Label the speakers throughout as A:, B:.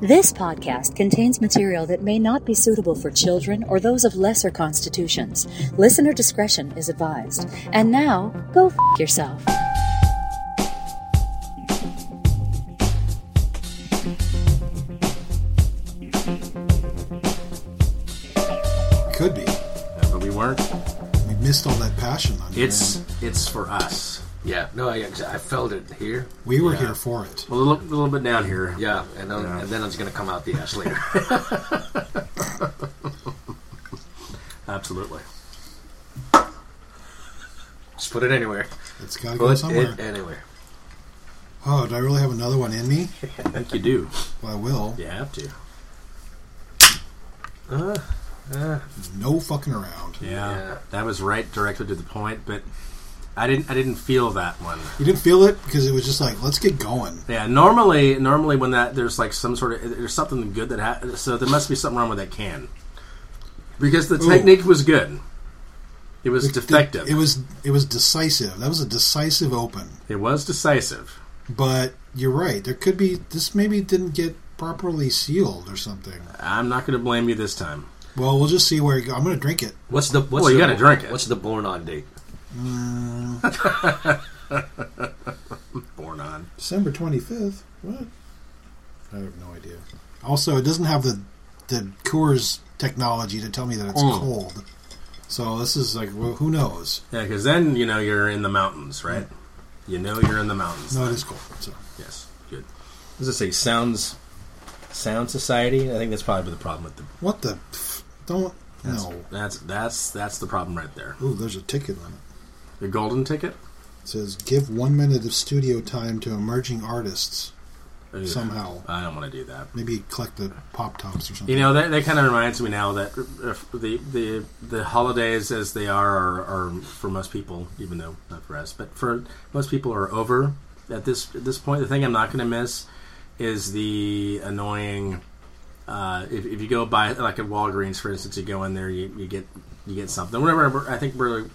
A: This podcast contains material that may not be suitable for children or those of lesser constitutions. Listener discretion is advised. And now, go f yourself.
B: Could be.
C: Yeah,
D: Uh,
C: but we weren't.
B: We missed all that passion on your
C: It's
B: end.
C: it's for us. Yeah. No, I, I felt it here.
B: We were
C: Yeah.
B: here for it.
C: A little, little bit down here. Yeah, and then, and then it's going to come out the ass later. Absolutely. Just put it anywhere.
B: It's got to go
C: Put
B: somewhere.
C: it anywhere.
B: oh, do I really have another one in me?
C: I think you do.
B: Well, I will.
C: You have to.
B: No fucking around.
D: Yeah,
C: Yeah.
D: that was right directly to the point, but I didn't I didn't feel that one.
B: You didn't feel it because it was just like, let's get going.
D: Yeah, normally normally when that there's like some sort of there's something good that ha- so there must be something wrong with that can. Because the
B: Ooh.
D: technique was good. It was
B: It-
D: defective.
B: It, was it was decisive. That was a decisive open.
D: it was decisive.
B: But you're right. There could be this maybe didn't get properly sealed or something.
D: I'm not going to blame you this time.
B: Well, we'll just see where it go. I'm going to drink it.
C: What's the what's
D: Well, you
C: the,
D: gotta drink it.
C: What's the born on date?
D: Born on.
B: December 25th. What? I have no idea. Also, it doesn't have the the Coors technology to tell me that it's
D: Mm.
B: cold. So this is like, well, who knows?
D: Yeah, because then you know you're in the mountains, right? You know you're in the mountains.
B: No, it is cold. So
D: Yes, good. What does it say? Sounds, Sound Society. I think that's probably the problem with the
B: what the? Pff, don't
D: That's,
B: no.
D: that's that's that's the problem right there.
B: Ooh, there's a ticket on it.
D: The golden ticket.
B: It says give one minute of studio time to emerging artists.
D: Ugh,
B: Somehow.
D: I don't want to do that.
B: Maybe collect the pop tops or something.
D: You know that, that kind of reminds me now that uh, the the the holidays as they are, are are for most people, even though not for us, but for most people are over at this at this point. The thing I'm not going to miss is the annoying. Uh, if, if you go buy like at Walgreens, for instance, you go in there, you, you get you get something. Whatever I think, really,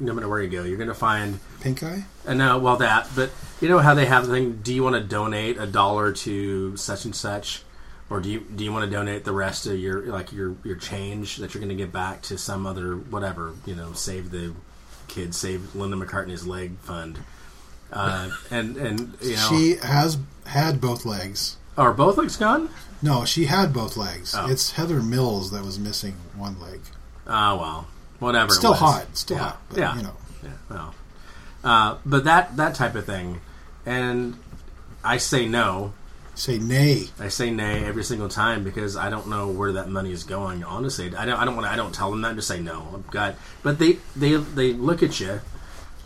D: no matter where you go, you're going to find
B: Pink eye.
D: And no, well, that, but you know how they have the thing. Do you want to donate a dollar to such and such, or do you do you want to donate the rest of your like your your change that you're going to give back to some other whatever? You know, save the kids, save Linda McCartney's leg fund, uh, and and you know,
B: She has had both legs.
D: are both legs gone?
B: No, she had both legs.
D: Oh.
B: It's Heather Mills that was missing one leg.
D: Ah, well, whatever. it
B: Still
D: was.
B: hot. Still
D: Yeah,
B: hot. But,
D: yeah.
B: You know.
D: Yeah, well, uh, but that that type of thing, and I say no
B: Say nay.
D: I say nay every single time because I don't know where that money is going. Honestly, I don't. I don't want. to I don't tell them that. I just say no. I've got. But they they they look at you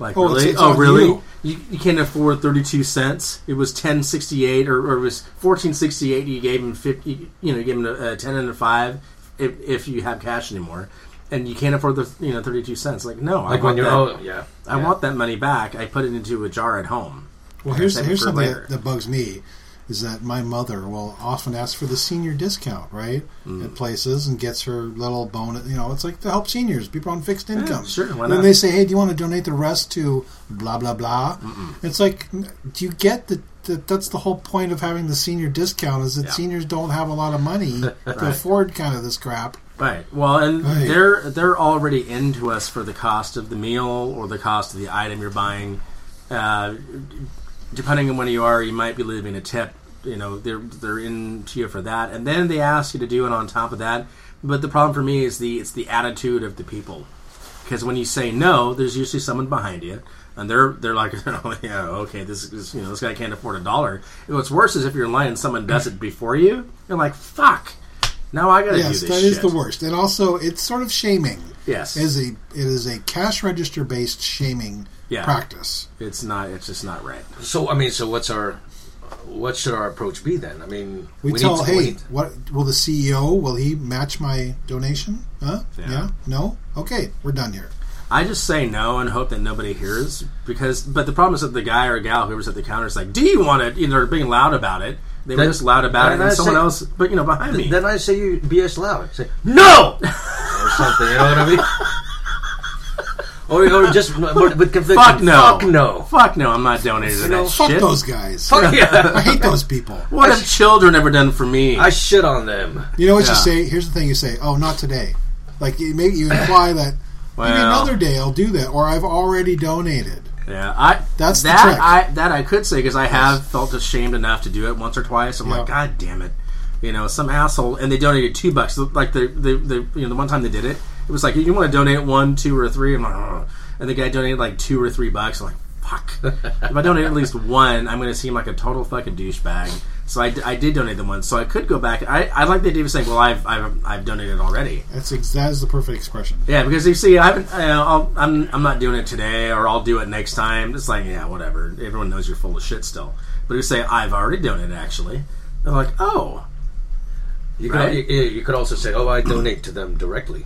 D: like
B: Oh, it's-
D: really.
B: it's
D: oh
B: on
D: really?
B: you.
D: You. You, can't afford thirty two cents. It was ten sixty eight or, or it was fourteen sixty eight. You gave them fifty. You know, you gave them a, a ten and a five if, if you have cash anymore. And you can't afford the you know thirty two cents. Like no, I want
C: Like when you're
D: that.
C: oh yeah.
D: I
C: yeah.
D: want that money back. I put it into a jar at home.
B: Well,
D: I
B: here's
D: save it
B: here's
D: for
B: something
D: later.
B: that, that bugs me is that my mother will often ask for the senior discount, right?
D: Mm.
B: At places and gets her little bonus. You know, it's like to help seniors, people on fixed income.
D: sure, why
B: and then
D: not?
B: they say, hey, do you want to donate the rest to blah, blah, blah? It's like, n- do you get that? That, that's the whole point of having the senior discount is that
D: Yeah.
B: seniors don't have a lot of money to afford kind of this crap.
D: Right. Well, and
B: Right.
D: they're they're already into us for the cost of the meal or the cost of the item you're buying. Uh, depending on when you are, you might be leaving a tip. You know, they're they're into you for that, and then they ask you to do it on top of that. But the problem for me is the it's the attitude of the people because when you say no, there's usually someone behind you, and they're they're like, oh yeah, okay, this is you know this guy can't afford a dollar. And what's worse is if you're in line and someone does it before you, you're like, fuck. Now I gotta
B: Yes,
D: do
B: that
D: this.
B: is
D: shit.
B: the worst. And also, it's sort of shaming.
D: Yes.
B: It is a, it is a cash register based shaming
D: Yeah.
B: practice.
D: It's not. It's just not right.
C: So I mean, so what's our what should our approach be then? I mean,
B: We, tell,
C: to-
B: hey,
C: we need-
B: what will the CEO? Will he match my donation? Huh? Yeah.
D: Yeah.
B: No. Okay, we're done here.
D: I just say no and hope that nobody hears because. But the problem is that the guy or gal whoever's at the counter is like, "Do you want it?" You know, they're being loud about it. They were
C: Then-
D: just loud about it,
C: then
D: and
C: I
D: someone
C: say-
D: else, but you know, behind me.
C: then I say you BS loud. Say no or something. You know what I mean? or, or just with with conviction.
D: Fuck no.
C: Fuck no.
D: Fuck no, I'm not donating to that
B: Fuck
D: shit.
B: those guys.
C: Fuck
B: I
C: yeah.
B: hate those people.
D: What have children ever done for me?
C: I shit on them.
B: You know what you
D: Yeah.
B: say? Here's the thing you say. Oh, not today. Like you- maybe you imply that maybe
D: Well.
B: another day I'll do that, or I've already donated.
D: yeah, I
B: That's the
D: that
B: trick.
D: I that I could say because I have felt ashamed enough to do it once or twice. I'm like,
B: Yeah.
D: God damn it, you know, some asshole, and they donated two bucks. Like the the, the you know the one time they did it, it was like you want to donate one, two, or three. I'm like, "Ugh." and the guy donated like two or three bucks. I'm like, fuck. if I donate at least one, I'm going to seem like a total fucking douchebag. So I, d- I did donate the one, so I could go back. I, I like the idea of saying, well, I've, I've I've donated already.
B: That's ex- that is the perfect expression.
D: Yeah, because you see, I haven't, uh, I'll, I'm I'm not doing it today, or I'll do it next time. It's like, yeah, whatever. Everyone knows you're full of shit still. But you say, I've already done it. Actually, they're like, oh,
C: You could,
D: Right.
C: you, you could also say, "Oh, I donate to them directly."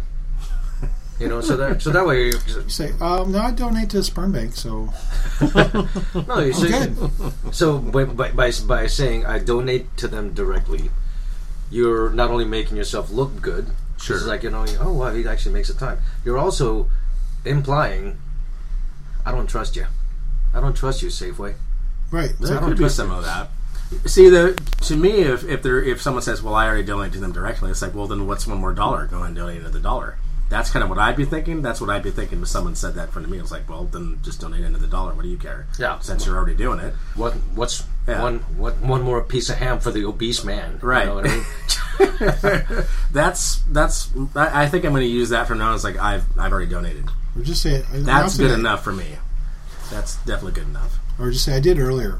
C: You know, so that so that way, you-
B: You say, um, no, I donate to a sperm bank, so
C: no, you say,
B: good.
C: So by, by, by, by saying I donate to them directly, you're not only making yourself look good. 'cause
D: Sure.
C: It's like you know, you- oh wow, he actually makes the time. You're also implying, I don't trust you. I don't trust you, Safeway.
B: right. It's
D: there
B: like,
C: don't
D: could be
C: trust
D: some of that. See, the to me, if if there if someone says, well, I already donated to them directly, it's like, well, then what's one more dollar? Go and donate another dollar. That's kind of what I'd be thinking. That's what I'd be thinking if someone said that in front of me. It's like, well, then just donate another dollar. What do you care?
C: Yeah.
D: since you're already doing it,
C: What what's
D: Yeah.
C: one what one more piece of ham for the obese man? You
D: Right.
C: know what I mean?
D: that's that's. I, I think I'm going to use that from now on. It's like I've I've already donated.
B: or just say I-
D: That's
B: not
D: good
B: today.
D: enough for me. That's definitely good enough.
B: Or just say I did earlier.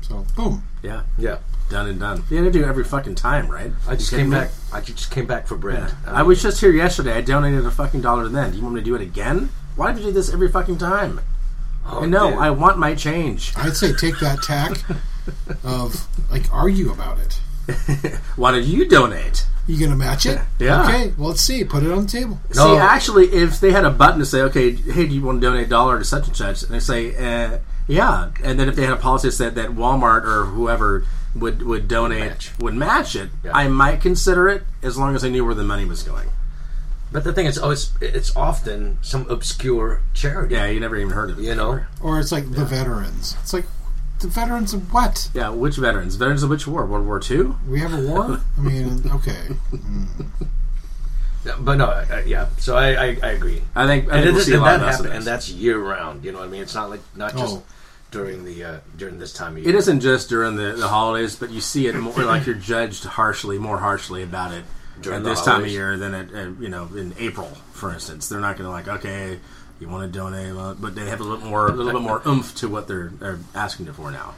B: So boom.
D: Yeah,
C: yeah.
D: done and done. You gotta do it every fucking time, right?
C: I just
D: You
C: came
D: kidding me?
C: back. I ju- just came back for bread.
D: Yeah.
C: I
D: I
C: mean,
D: was just here yesterday. I donated a fucking dollar then. Do you want me to do it again? Why do you do this every fucking time?
C: oh,
D: I know.
C: dude.
D: I want my change.
B: I'd say take that tack of like argue about it.
D: Why did you donate?
B: You gonna match it?
D: Yeah.
B: Okay. Well, let's see. Put it on the table.
C: No.
D: See, actually, if they had a button to say, okay, hey, do you want to donate a dollar to such and such? And they say, eh, yeah. And then if they had a policy that said that Walmart or whoever would, would donate,
C: Match.
D: would match it,
C: Yeah.
D: I might consider it as long as I knew where the money was going.
C: But the thing is, oh, it's it's often some obscure charity.
D: Yeah, you never even heard of it.
C: You know.
B: Or it's like the veterans. It's like the veterans of what?
D: Yeah, which veterans? Veterans of which war? World War II?
B: We have a war. I mean, okay.
C: Yeah, But no, I, I- yeah. So I, I, I agree.
D: I think, I think
C: and,
D: we'll
C: it is-
D: see a
C: and
D: lot
C: that
D: of less of
C: happen, and
D: this.
C: that's year round. You know what I mean? It's not like not just
B: Oh.
C: during the uh, during this time of year.
D: It isn't just during the, the holidays, but you see it more like you're judged harshly, more harshly about it
C: During
D: at
C: the
D: this time of
C: holidays.
D: year than at, at you know in April, for instance. They're not going to like okay, you want to donate, well, but they have a little more a little bit more oomph to what they're, they're asking you for now.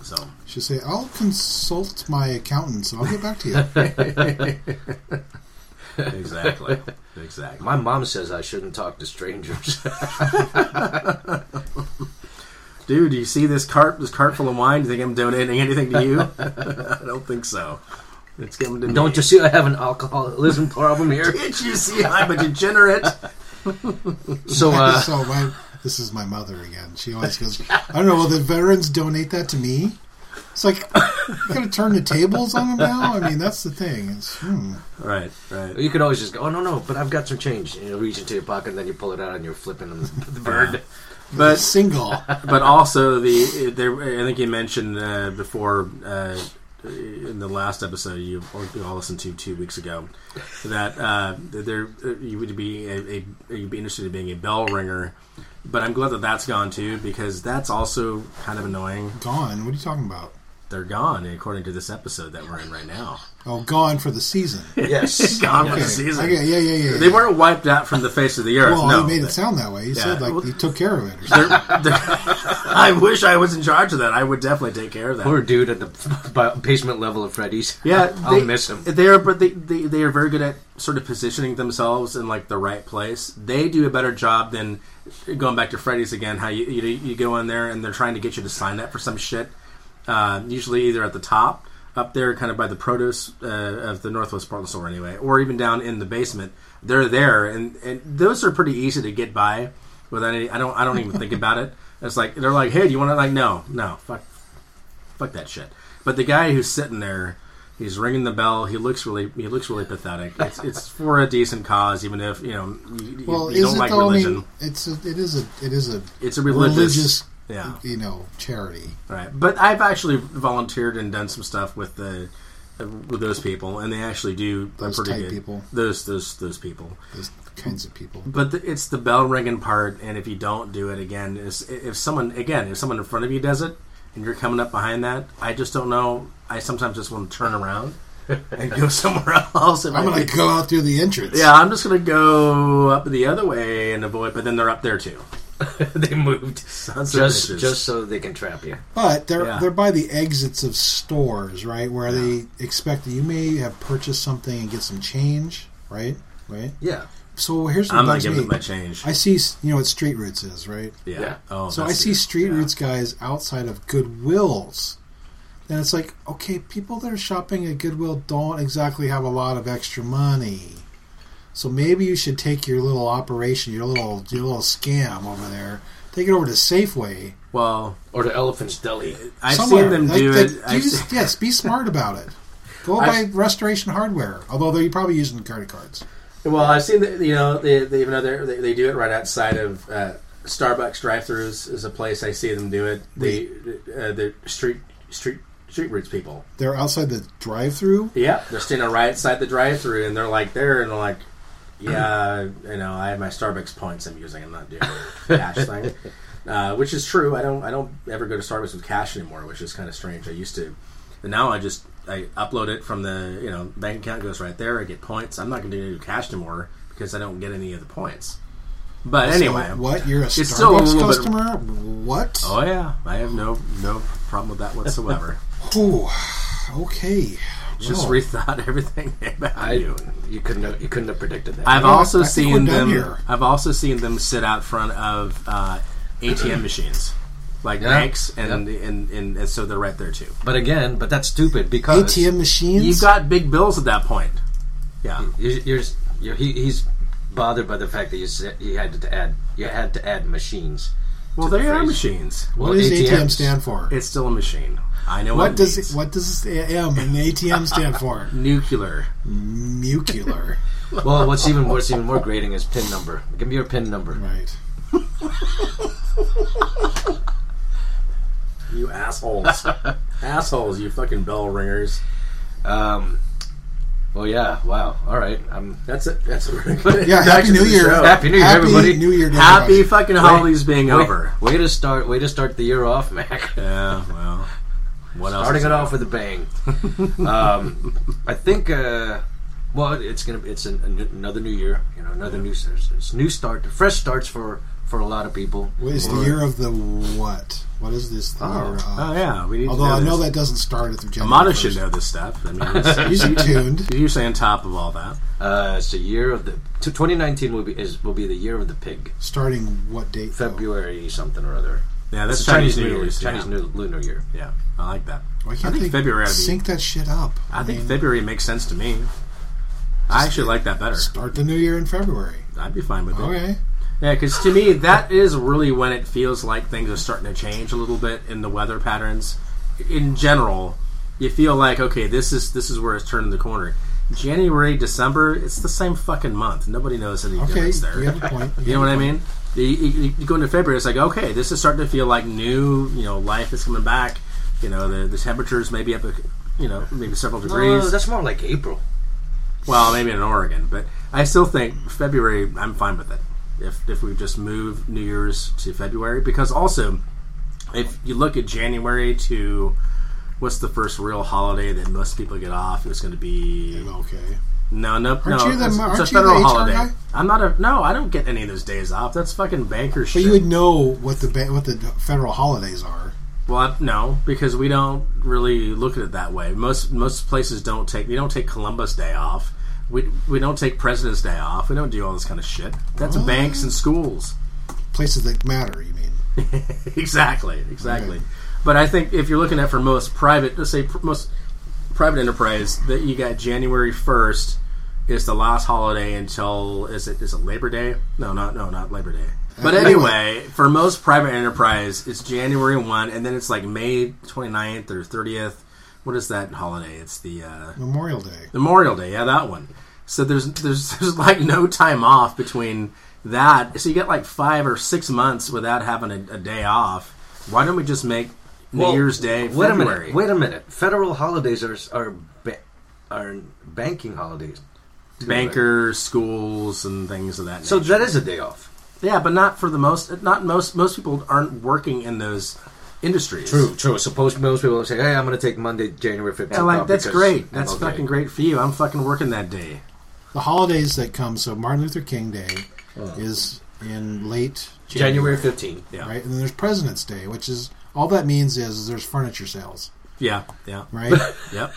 D: So
B: She say I'll consult my accountant, so I'll get back to you.
D: exactly, exactly.
C: My mom says I shouldn't talk to strangers.
D: Dude, do you see this cart? This cart full of wine? Do you think I'm donating anything to you? I don't think so. It's coming to me.
C: Don't you see I have an alcoholism problem here?
D: Did you see I'm a degenerate?
C: So uh,
B: so my, this is my mother again. She always goes, I don't know. Will the veterans donate that to me? It's like you gotta turn the tables on them now. I mean, that's the thing. It's, hmm.
D: right, right.
C: you could always just go, oh no no, but I've got some change. And you reach into your pocket, and then you pull it out, and you're flipping them the bird.
D: But
B: Single.
D: but also the there, I think you mentioned uh, before uh, in the last episode you or you all listened to two weeks ago that uh, that there uh, you would be a, a you'd be interested in being a bell ringer. But I'm glad that that's gone too because that's also kind of annoying.
B: Gone. What are you talking about?
D: They're gone according to this episode that we're in right now.
B: Oh, gone for the season.
C: Yes.
D: Gone for
B: Okay.
D: the season.
B: Okay, yeah, yeah, yeah.
D: They weren't wiped out from the face of the earth.
B: Well,
D: no,
B: you made it sound that way. You said like
D: Well-
B: you took care of it. Or something.
D: They're- they're- I wish I was in charge of that. I would definitely take care of that.
C: Poor dude at the b- basement level of Freddy's.
D: Yeah,
C: I'll
D: they-
C: miss him.
D: They are, but they, they they are very good at sort of positioning themselves in like the right place. They do a better job than going back to Freddy's again. How you you, know, you go in there and they're trying to get you to sign up for some shit. Uh, usually either at the top, up there, kind of by the produce uh, of the Northwest Portland store, anyway, or even down in the basement. They're there, and and those are pretty easy to get by without any. I don't I don't even think about it. It's like they're like, hey, do you want to like no no fuck fuck that shit. But the guy who's sitting there He's ringing the bell. He looks really he looks really pathetic. It's it's for a decent cause, even if you know you,
B: Well,
D: you
B: is
D: don't
B: it
D: like
B: though?
D: religion.
B: I mean, it's a, it is a it is a
D: it's a religious,
B: religious,
D: yeah,
B: you know, charity.
D: right. But I've actually volunteered and done some stuff with the with those people, and they actually do a
B: Those
D: pretty
B: type
D: good
B: people.
D: those those those people.
B: Those kinds of people.
D: But the, it's the bell ringing part, and if you don't do it again, is if someone again, if someone in front of you does it, and you're coming up behind that, I just don't know. I sometimes just want to turn around and go somewhere else. It
B: I'm
D: might
B: gonna
D: be-
B: go out through the entrance.
D: yeah, I'm just gonna go up the other way and avoid. But then they're up there too.
C: they moved
D: Sons of
C: just
D: bitches.
C: just so they can trap you.
B: But they're
D: Yeah.
B: they're by the exits of stores, right? Where they expect that you may have purchased something and get some change, right? Right.
C: Yeah,
B: So here's what
D: I'm not
B: bugs
D: giving
B: me.
D: them my change.
B: I see, s- you know, what Street Roots is, right?
D: yeah.
C: Yeah.
D: Oh,
B: So I
D: that's
B: see
D: it.
B: Street
D: Yeah.
B: Roots guys outside of Goodwills. And it's like, okay, people that are shopping at Goodwill don't exactly have a lot of extra money. So maybe you should take your little operation, your little your little scam over there, take it over to Safeway.
D: Well,
C: or the elephant's deli.
D: I've
B: somewhere.
D: seen them
B: Like,
D: do
B: that-
D: it. I've
B: use-
D: seen-
B: yes, be smart about it. Go buy
D: I've-
B: Restoration Hardware, although they're probably using credit cards.
D: Well, I've seen that. You know, they, they even know they they do it right outside of uh, Starbucks drive-throughs. Is a place I see them do it. They uh, the street street street roots people.
B: They're outside the drive-through.
D: Yeah, they're standing right outside the drive-through, and they're like there, and they're like, yeah, you know, I have my Starbucks points I'm using. I'm not doing the cash thing, uh, which is true. I don't I don't ever go to Starbucks with cash anymore, which is kind of strange. I used to, but now I just I upload it from the you know bank account goes right there. I get points. I'm not going to do cash anymore because I don't get any of the points. But anyway,
B: So what? You're a Starbucks
D: it's still a little bit-
B: customer? What?
D: oh yeah, I have no no problem with that whatsoever.
B: Ooh, okay.
D: just
B: Well,
D: rethought everything about
C: I
D: you.
C: you couldn't have, you couldn't have predicted that.
D: I've
B: Yeah,
D: also
B: I think we're
D: seen
B: done
D: them.
B: here.
D: I've also seen them sit out front of uh, ATM machines, like
C: Yeah.
D: banks, and, and, and and so they're right there too.
C: but again, but that's stupid because
B: ATM machines.
D: You've got big bills at that point. Yeah,
C: You're, you're, you're, he, he's bothered by the fact that you said you had to add you had to add machines.
D: well,
C: to the
D: they are
C: phrase.
D: machines.
B: what
C: Well,
B: does ATM
C: ATMs.
B: stand for?
D: It's still a machine. I know what,
B: What
D: it
B: does
D: means.
B: it, what does M in the ATM stand for?
D: nuclear.
B: Mucular,
C: Well, what's even what's even more grating is pin number. Give me your pin number.
B: right?
D: You assholes, assholes. You fucking bell ringers.
C: Um, well, yeah. Wow. All right. I'm
D: That's it. That's a really good.
B: Yeah, Happy
D: introduction to
B: New
D: the
B: Year,
D: show.
C: Happy New Year,
B: Happy
C: everybody.
B: New Year, to
D: Happy
B: everybody.
D: fucking holidays being over.
C: Way to start. Way to start the year off, Mac.
D: Yeah. Well, what else?
C: Starting
D: is
C: it
D: there?
C: off with a bang. um, I think. Uh, well, it's gonna. It's an, an, another new year. You know, another new. It's, it's new start. Fresh starts for for a lot of people.
B: What is the
C: Or-
B: year of the what? What is this the
C: Oh.
B: year of?
D: Oh yeah, we need. to
B: Although I know
D: this.
B: that doesn't start at the January.
D: Amada
B: 1st.
D: should know this stuff. I mean, it's-
B: He's tuned.
D: he's usually on top of all that.
C: Uh, it's the year of the. t- 2019 will be is will be the year of the pig.
B: Starting what date? though?
C: February something or other.
D: Yeah, that's
C: It's
D: Chinese, New Year.
C: Year's, Chinese
D: yeah.
C: New Lunar Year.
D: Yeah, I like that.
B: Why
D: I
B: can't
D: think
B: they
D: February ought to be-
B: sync that shit up?
D: I think
B: mean,
D: February makes sense to me. I actually like that better.
B: start the new year in February.
D: I'd be fine with it.
B: Okay.
D: Yeah, because to me, that is really when it feels like things are starting to change a little bit in the weather patterns. In general, you feel like okay, this is this is where it's turning the corner. January, December, it's the same fucking month. Nobody knows any
B: Okay.
D: difference there.
B: You have a point.
D: You know what I
B: have a point.
D: mean? You, you, you go into February, it's like, okay, this is starting to feel like new. You know, life is coming back. You know, the, the temperatures maybe up, a, you know, maybe several degrees.
C: Uh, that's more like April.
D: well, maybe in Oregon, but I still think February. I'm fine with it. If if we just move New Year's to February, because also, if you look at January to what's the first real holiday that most people get off, it's going to be
B: Okay.
D: no, no, no.
B: Aren't you the-
D: it's,
B: aren't you
D: it's a
B: the
D: federal
B: HR
D: holiday.
B: guy?
D: I'm not a no. I don't get any of those days off. That's fucking banker
B: But
D: shit.
B: you would know what the ba- what the federal holidays are.
D: Well, I- no, because we don't really look at it that way. Most most places don't take they don't take Columbus Day off. We we don't take President's Day off. We don't do all this kind of shit. That's banks and schools.
B: Places that matter, you mean?
D: exactly, exactly. But I think if you're looking at for most private, let's say pr- most private enterprise, that you got January first is the last holiday until is it is it Labor Day? No, not no, not Labor Day. But anyway, for most private enterprise, it's January one, and then it's like May 29th or 30th what is that holiday? It's the uh,
B: Memorial Day.
D: Memorial Day. Yeah, that one. So there's there's there's like no time off between that. So you get like five or six months without having a, a day off. Why don't we just make New
C: Well,
D: Year's Day
C: Wait
D: February?
C: a minute. Wait a minute. Federal holidays are are ba- are banking holidays.
D: Bankers, schools, and things of that.
C: So
D: nature.
C: that is a day off.
D: Yeah, but not for the most. Not most. Most people aren't working in those industries.
C: True, true. Suppose most people will say, "Hey, I'm going to take Monday, January 15th."
D: Yeah, like
C: off
D: that's
C: because
D: great.
C: I'm
D: That's
C: okay."
D: fucking great for you. I'm fucking working that day.
B: The holidays that come, so Martin Luther King Day is in late
C: January 15th.
D: Yeah.
B: right? And then there's President's Day, which is all that means is, is there's furniture sales,
D: Yeah. Yeah.
B: right?
D: Yep.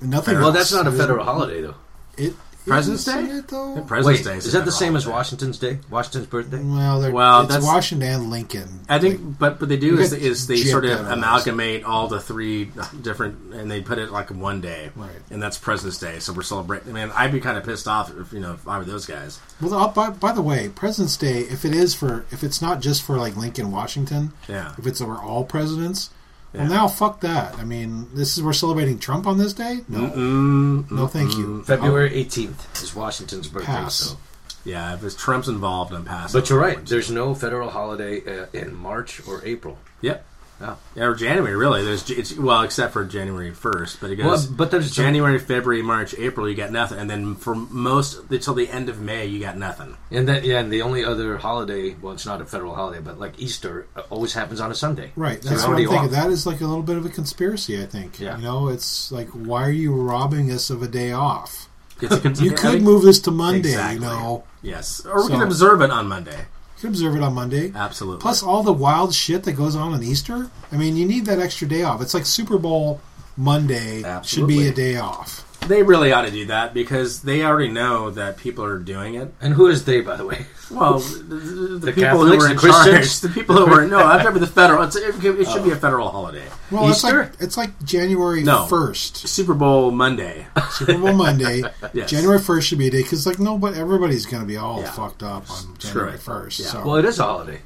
B: Nothing.
C: Well,
B: else.
C: that's not a
B: There's-
C: federal holiday though.
B: It,
D: President's
B: isn't
D: Day?
B: it, though?
D: And President's
C: Wait,
D: Day
C: is,
D: a
C: that the
D: federal
C: same as
D: holiday.
C: Washington's Day? Washington's birthday?
B: well, they're-
D: Well,
B: it's
D: that's-
B: Washington and Lincoln.
D: I think, but what they do
B: You
D: is,
B: get
D: is they
B: gypped
D: sort
B: out
D: of
B: of this.
D: amalgamate all the three uh, different, and they put it like in one day,
B: Right.
D: and that's President's Day. So we're celebrating. I mean, I'd be kind of pissed off if you know if I were those guys.
B: Well, uh, by, by the way, President's Day, if it is for, if it's not just for like Lincoln, Washington,
D: Yeah.
B: if it's over all presidents,
D: Yeah.
B: well, now fuck that. I mean, this is we're celebrating Trump on this day. No,
D: Mm,
B: no, thank you.
C: February 18th is Washington's birthday.
B: Pass.
C: So.
D: yeah. If it's Trump's involved, I'm passing.
C: But you're right. There's no federal holiday uh, in March or April.
D: Yep.
C: Yeah.
D: Yeah, or January really. There's J- it's, well, except for January first, but it
C: Well,
D: goes.
C: but there's
D: January, February, March, April. You got nothing, and then for most until the end of May, you got nothing.
C: and that yeah, and the only other holiday. Well, it's not a federal holiday, but like Easter uh, always happens on a Sunday.
B: Right,
C: So
B: that's
C: you're
B: what I'm
C: already
B: thinking.
C: off.
B: That is like a little bit of a conspiracy. I think.
C: Yeah.
B: You know, it's like why are you robbing us of a day off?
D: It's a con-
B: You
D: I
B: could
D: think-
B: move this to Monday.
D: Exactly.
B: You know,
D: Yes, or we
B: So-
D: can observe it on Monday.
B: you could observe it on Monday.
D: Absolutely.
B: Plus all the wild shit that goes on on Easter. I mean, you need that extra day off. It's like Super Bowl Monday should
C: Absolutely.
B: be a day off.
D: They really ought to do that because they already know that people are doing it.
C: And who is they, by the way?
D: Well, the, the, the
C: The
D: people who
C: Catholics,
D: are in
C: the Christians? Oh.
D: charge, the people who are no, I remember the federal. It's, it, it should be a federal holiday.
B: Well,
C: Easter?
B: it's like it's like January
D: No.
B: first,
D: Super Bowl Monday.
B: Super Bowl Monday.
D: Yes.
B: January first should be a day because like nobody, everybody's going to be all
D: Yeah.
B: fucked up on
D: Screw
B: January
D: it.
B: first.
D: Yeah.
B: So.
C: Well, it is a holiday.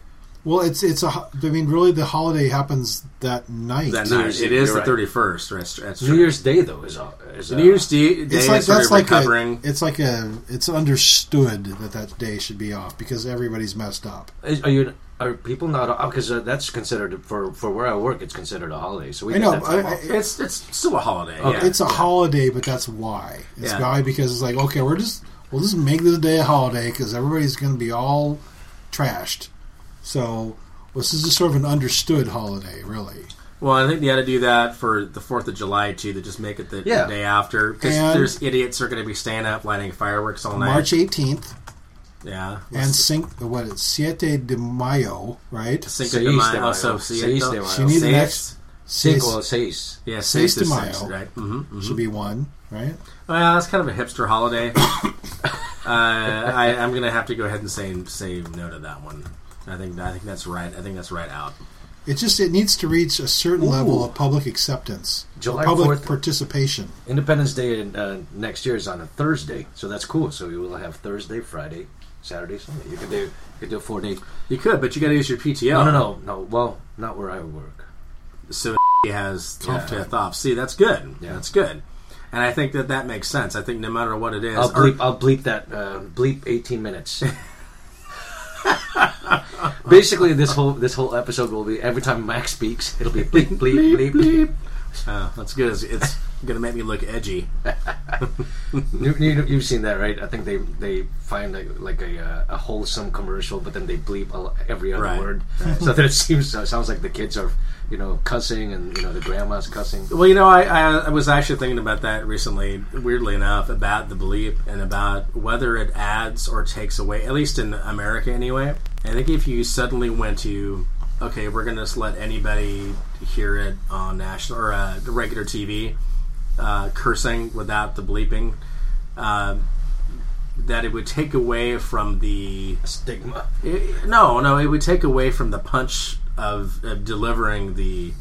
B: Well, it's it's a. ho- I mean, really, the holiday happens that night.
D: That
C: New
D: night,
C: Year's
D: it
C: Eve,
D: is
C: you're
D: the
C: right.
D: thirty first. That's, that's
C: New
D: true.
C: Year's Day though is a is a,
D: New Year's D- Day
B: It's like
D: is sort
B: that's
D: of
B: like
D: recovering.
B: a, it's like a it's understood that that day should be off because everybody's messed up.
C: Is, are you? Are people not? Because uh, that's considered for for where I work. It's considered a holiday. So we
B: I
C: get
B: know.
C: that
B: I,
C: time
B: I,
C: off.
D: it's it's still a holiday. yeah.
B: it's a holiday, but that's why. It's
D: Yeah.
B: why because it's like okay, we're just we'll just make this day a holiday because everybody's going to be all trashed. So this is just sort of an understood holiday, really.
D: Well, I think they ought to do that for the Fourth of July too. To just make it the, the
C: Yeah.
D: day after, because
B: And-
D: there's idiots who are going to be staying up lighting fireworks all night.
B: March eighteenth
D: yeah,
B: and Cinco, what is Siete de Mayo, right?
D: Cinco
C: Seis
D: de
C: de
D: Mayo.
C: Mayo.
D: Also,
C: Seis de Mayo.
B: You need the
D: Seis.
B: next
C: Cinco seis.
D: Yeah,
B: Seis
D: seis,
B: de
D: is
B: Mayo.
D: six, right? Mm-hmm.
B: should be one, right?
D: Well, that's kind of a hipster holiday. uh, I, I'm going to have to go ahead and say say no to that one. I think I think that's right. I think that's right out.
B: It just it needs to reach a certain level of public acceptance,
C: July
B: public
C: 4th.
B: participation.
C: Independence Day in, uh, next year is on a Thursday, so that's cool. So you will have Thursday, Friday, Saturday, Sunday. You could do you could do a four day.
D: You could, but you got to use your PTO.
C: No, no, no, no. Well, not where I work.
D: so he has 12th
C: Yeah.
D: fifth off. See, that's good.
C: Yeah.
D: That's good. And I think that that makes sense. I think no matter what it is,
C: I'll
D: or-
C: bleep. I'll bleep that. Uh, bleep eighteen minutes. Basically, this whole this whole episode will be every time Max speaks, it'll be bleep bleep bleep. bleep.
D: Uh, that's good. It's, it's going to make me look edgy.
C: You, you, you've seen that, right? I think they they find like, like a, uh, a wholesome commercial, but then they bleep a, every other
D: Right.
C: word, so that it seems so it sounds like the kids are, you know, cussing and you know the grandma's cussing.
D: Well, you know, I, I, I was actually thinking about that recently, weirdly enough, about the bleep and about whether it adds or takes away, at least in America anyway. I think if you suddenly went to, okay, we're going to just let anybody hear it on national or uh, regular TV, uh, cursing without the bleeping, uh, that it would take away from the
C: Stigma.
D: it- no, no, it would take away from the punch of, of delivering the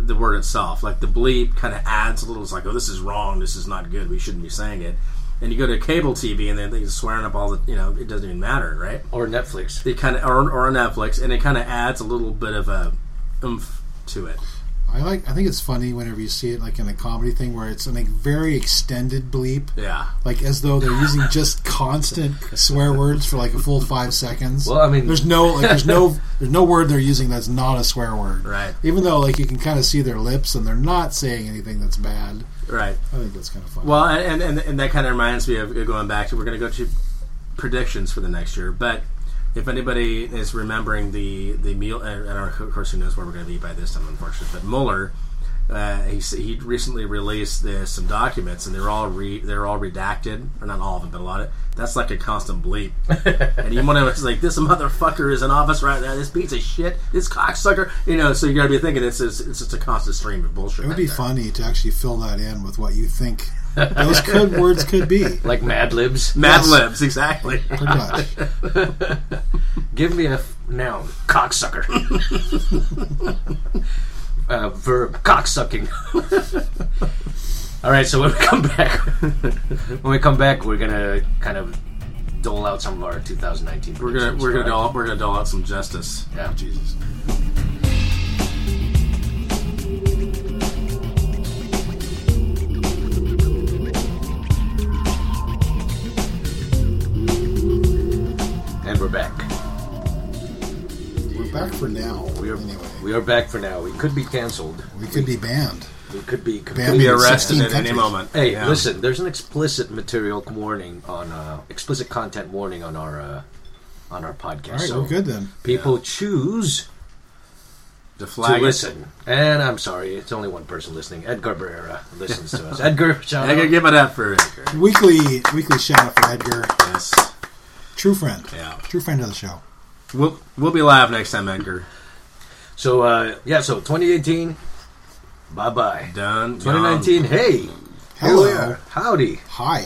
D: the word itself. Like the bleep kind of adds a little. It's like, oh, this is wrong. This is not good. We shouldn't be saying it. And you go to cable TV, and then they're swearing up all the. You know, it doesn't even matter, right?
C: Or Netflix.
D: It kind of or, or on Netflix, and it kind of adds a little bit of a oomph to it.
B: I like. I think it's funny whenever you see it, like in a comedy thing, where it's a like, very extended bleep,
D: Yeah.
B: like as though they're using just constant swear words for like a full five seconds.
C: Well, I mean-
B: there's no like there's no there's no word they're using that's not a swear word,
D: Right.
B: Even though like you can kind of see their lips and they're not saying anything that's bad.
D: Right.
B: I think that's kind of funny.
D: Well, and, and, and that kind of reminds me of going back to we're going to go to predictions for the next year. But if anybody is remembering the the meal, and I don't, of course, who knows where we're going to be by this time, unfortunately. But Mueller, uh, he s- he recently released the, some documents, and they're all re, they're all redacted, or not all of them, but a lot of. That's like a constant bleep, and you want to it's like this motherfucker is in office right now. This piece of shit, this cocksucker, you know. So you got to be thinking it's just, it's just a constant stream of bullshit.
B: it would
D: right
B: be
D: there.
B: funny to actually fill that in with what you think those could words could be.
C: Like Mad Libs.
D: Mad
B: Yes.
D: Libs, exactly.
B: Pretty much.
C: Give me a f- noun. Cocksucker. uh, verb. Cocksucking. All right. So when we come back, when we come back, we're gonna kind of dole out some of our 2019.
D: We're gonna
C: predictions,
D: we're gonna
C: right?
D: doll, we're gonna doll out some justice. Oh,
C: Yeah.
B: Jesus.
C: And we're back.
B: We're back for now.
C: We are
B: anyway.
C: we are back for now. We could be canceled.
B: We could be banned.
C: We could be
B: Banned
D: Be
B: in
D: arrested
B: 16
D: at any
B: countries.
D: moment.
C: Hey,
D: Yeah.
C: listen. There's an explicit material warning on uh, explicit content warning on our uh, on our podcast.
B: All right,
C: so
B: we're good then.
C: people choose
D: The
C: to
D: flag. is-
C: listen. And I'm sorry, it's only one person listening. Edgar Barrera listens to us. Edgar, shout
D: I gotta
C: out.
D: give it up for Edgar.
B: Weekly weekly shout out for Edgar,
D: Yes.
B: true friend,
D: Yeah.
B: true friend of the show.
D: We'll we'll be live next time, Edgar.
C: So uh, yeah, so 2018, bye bye.
D: Done.
C: 2019, hey,
B: Hello.
C: Here we are. howdy.
B: Hi.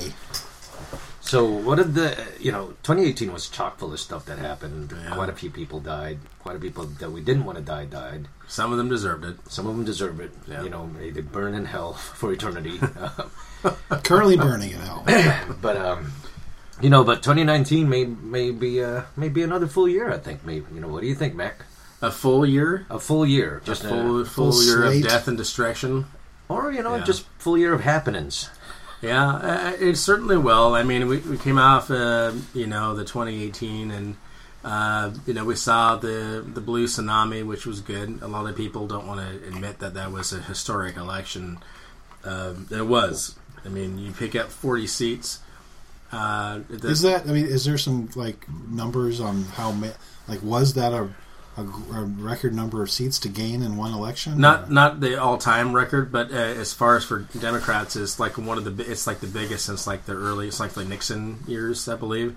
C: So what did the you know 2018 was chock full of stuff that happened.
D: Yeah.
C: Quite a few people died. Quite a few people that we didn't want to die died.
D: gone. Some of them deserved it.
C: Some of them deserve it.
D: Yeah.
C: You know, may they burn in hell for eternity. Uh,
B: Currently burning in hell.
C: but um, you know, but 2019 may may be uh, may be another full year. I think. Maybe you know. What do you think, Mac?
D: A full year.
C: A full year, just
D: a
C: a
D: full, full,
B: full
D: year
B: slate.
D: of death and destruction.
C: or you know,
D: Yeah.
C: just full year of happenings.
D: Yeah, uh, it certainly will. I mean, we, we came off, uh, you know, the 2018, and uh, you know, we saw the the blue tsunami, which was good. A lot of people don't want to admit that that was a historic election. Um, it was. I mean, you pick up 40 seats. Uh, the-
B: Is that? I mean, is there some like numbers on how ma- like was that a, a, a record number of seats to gain in one election?
D: not not the all time record, but uh, as far as for Democrats, it's like one of the bi- it's like the biggest since like the early it's like the Nixon years, I believe.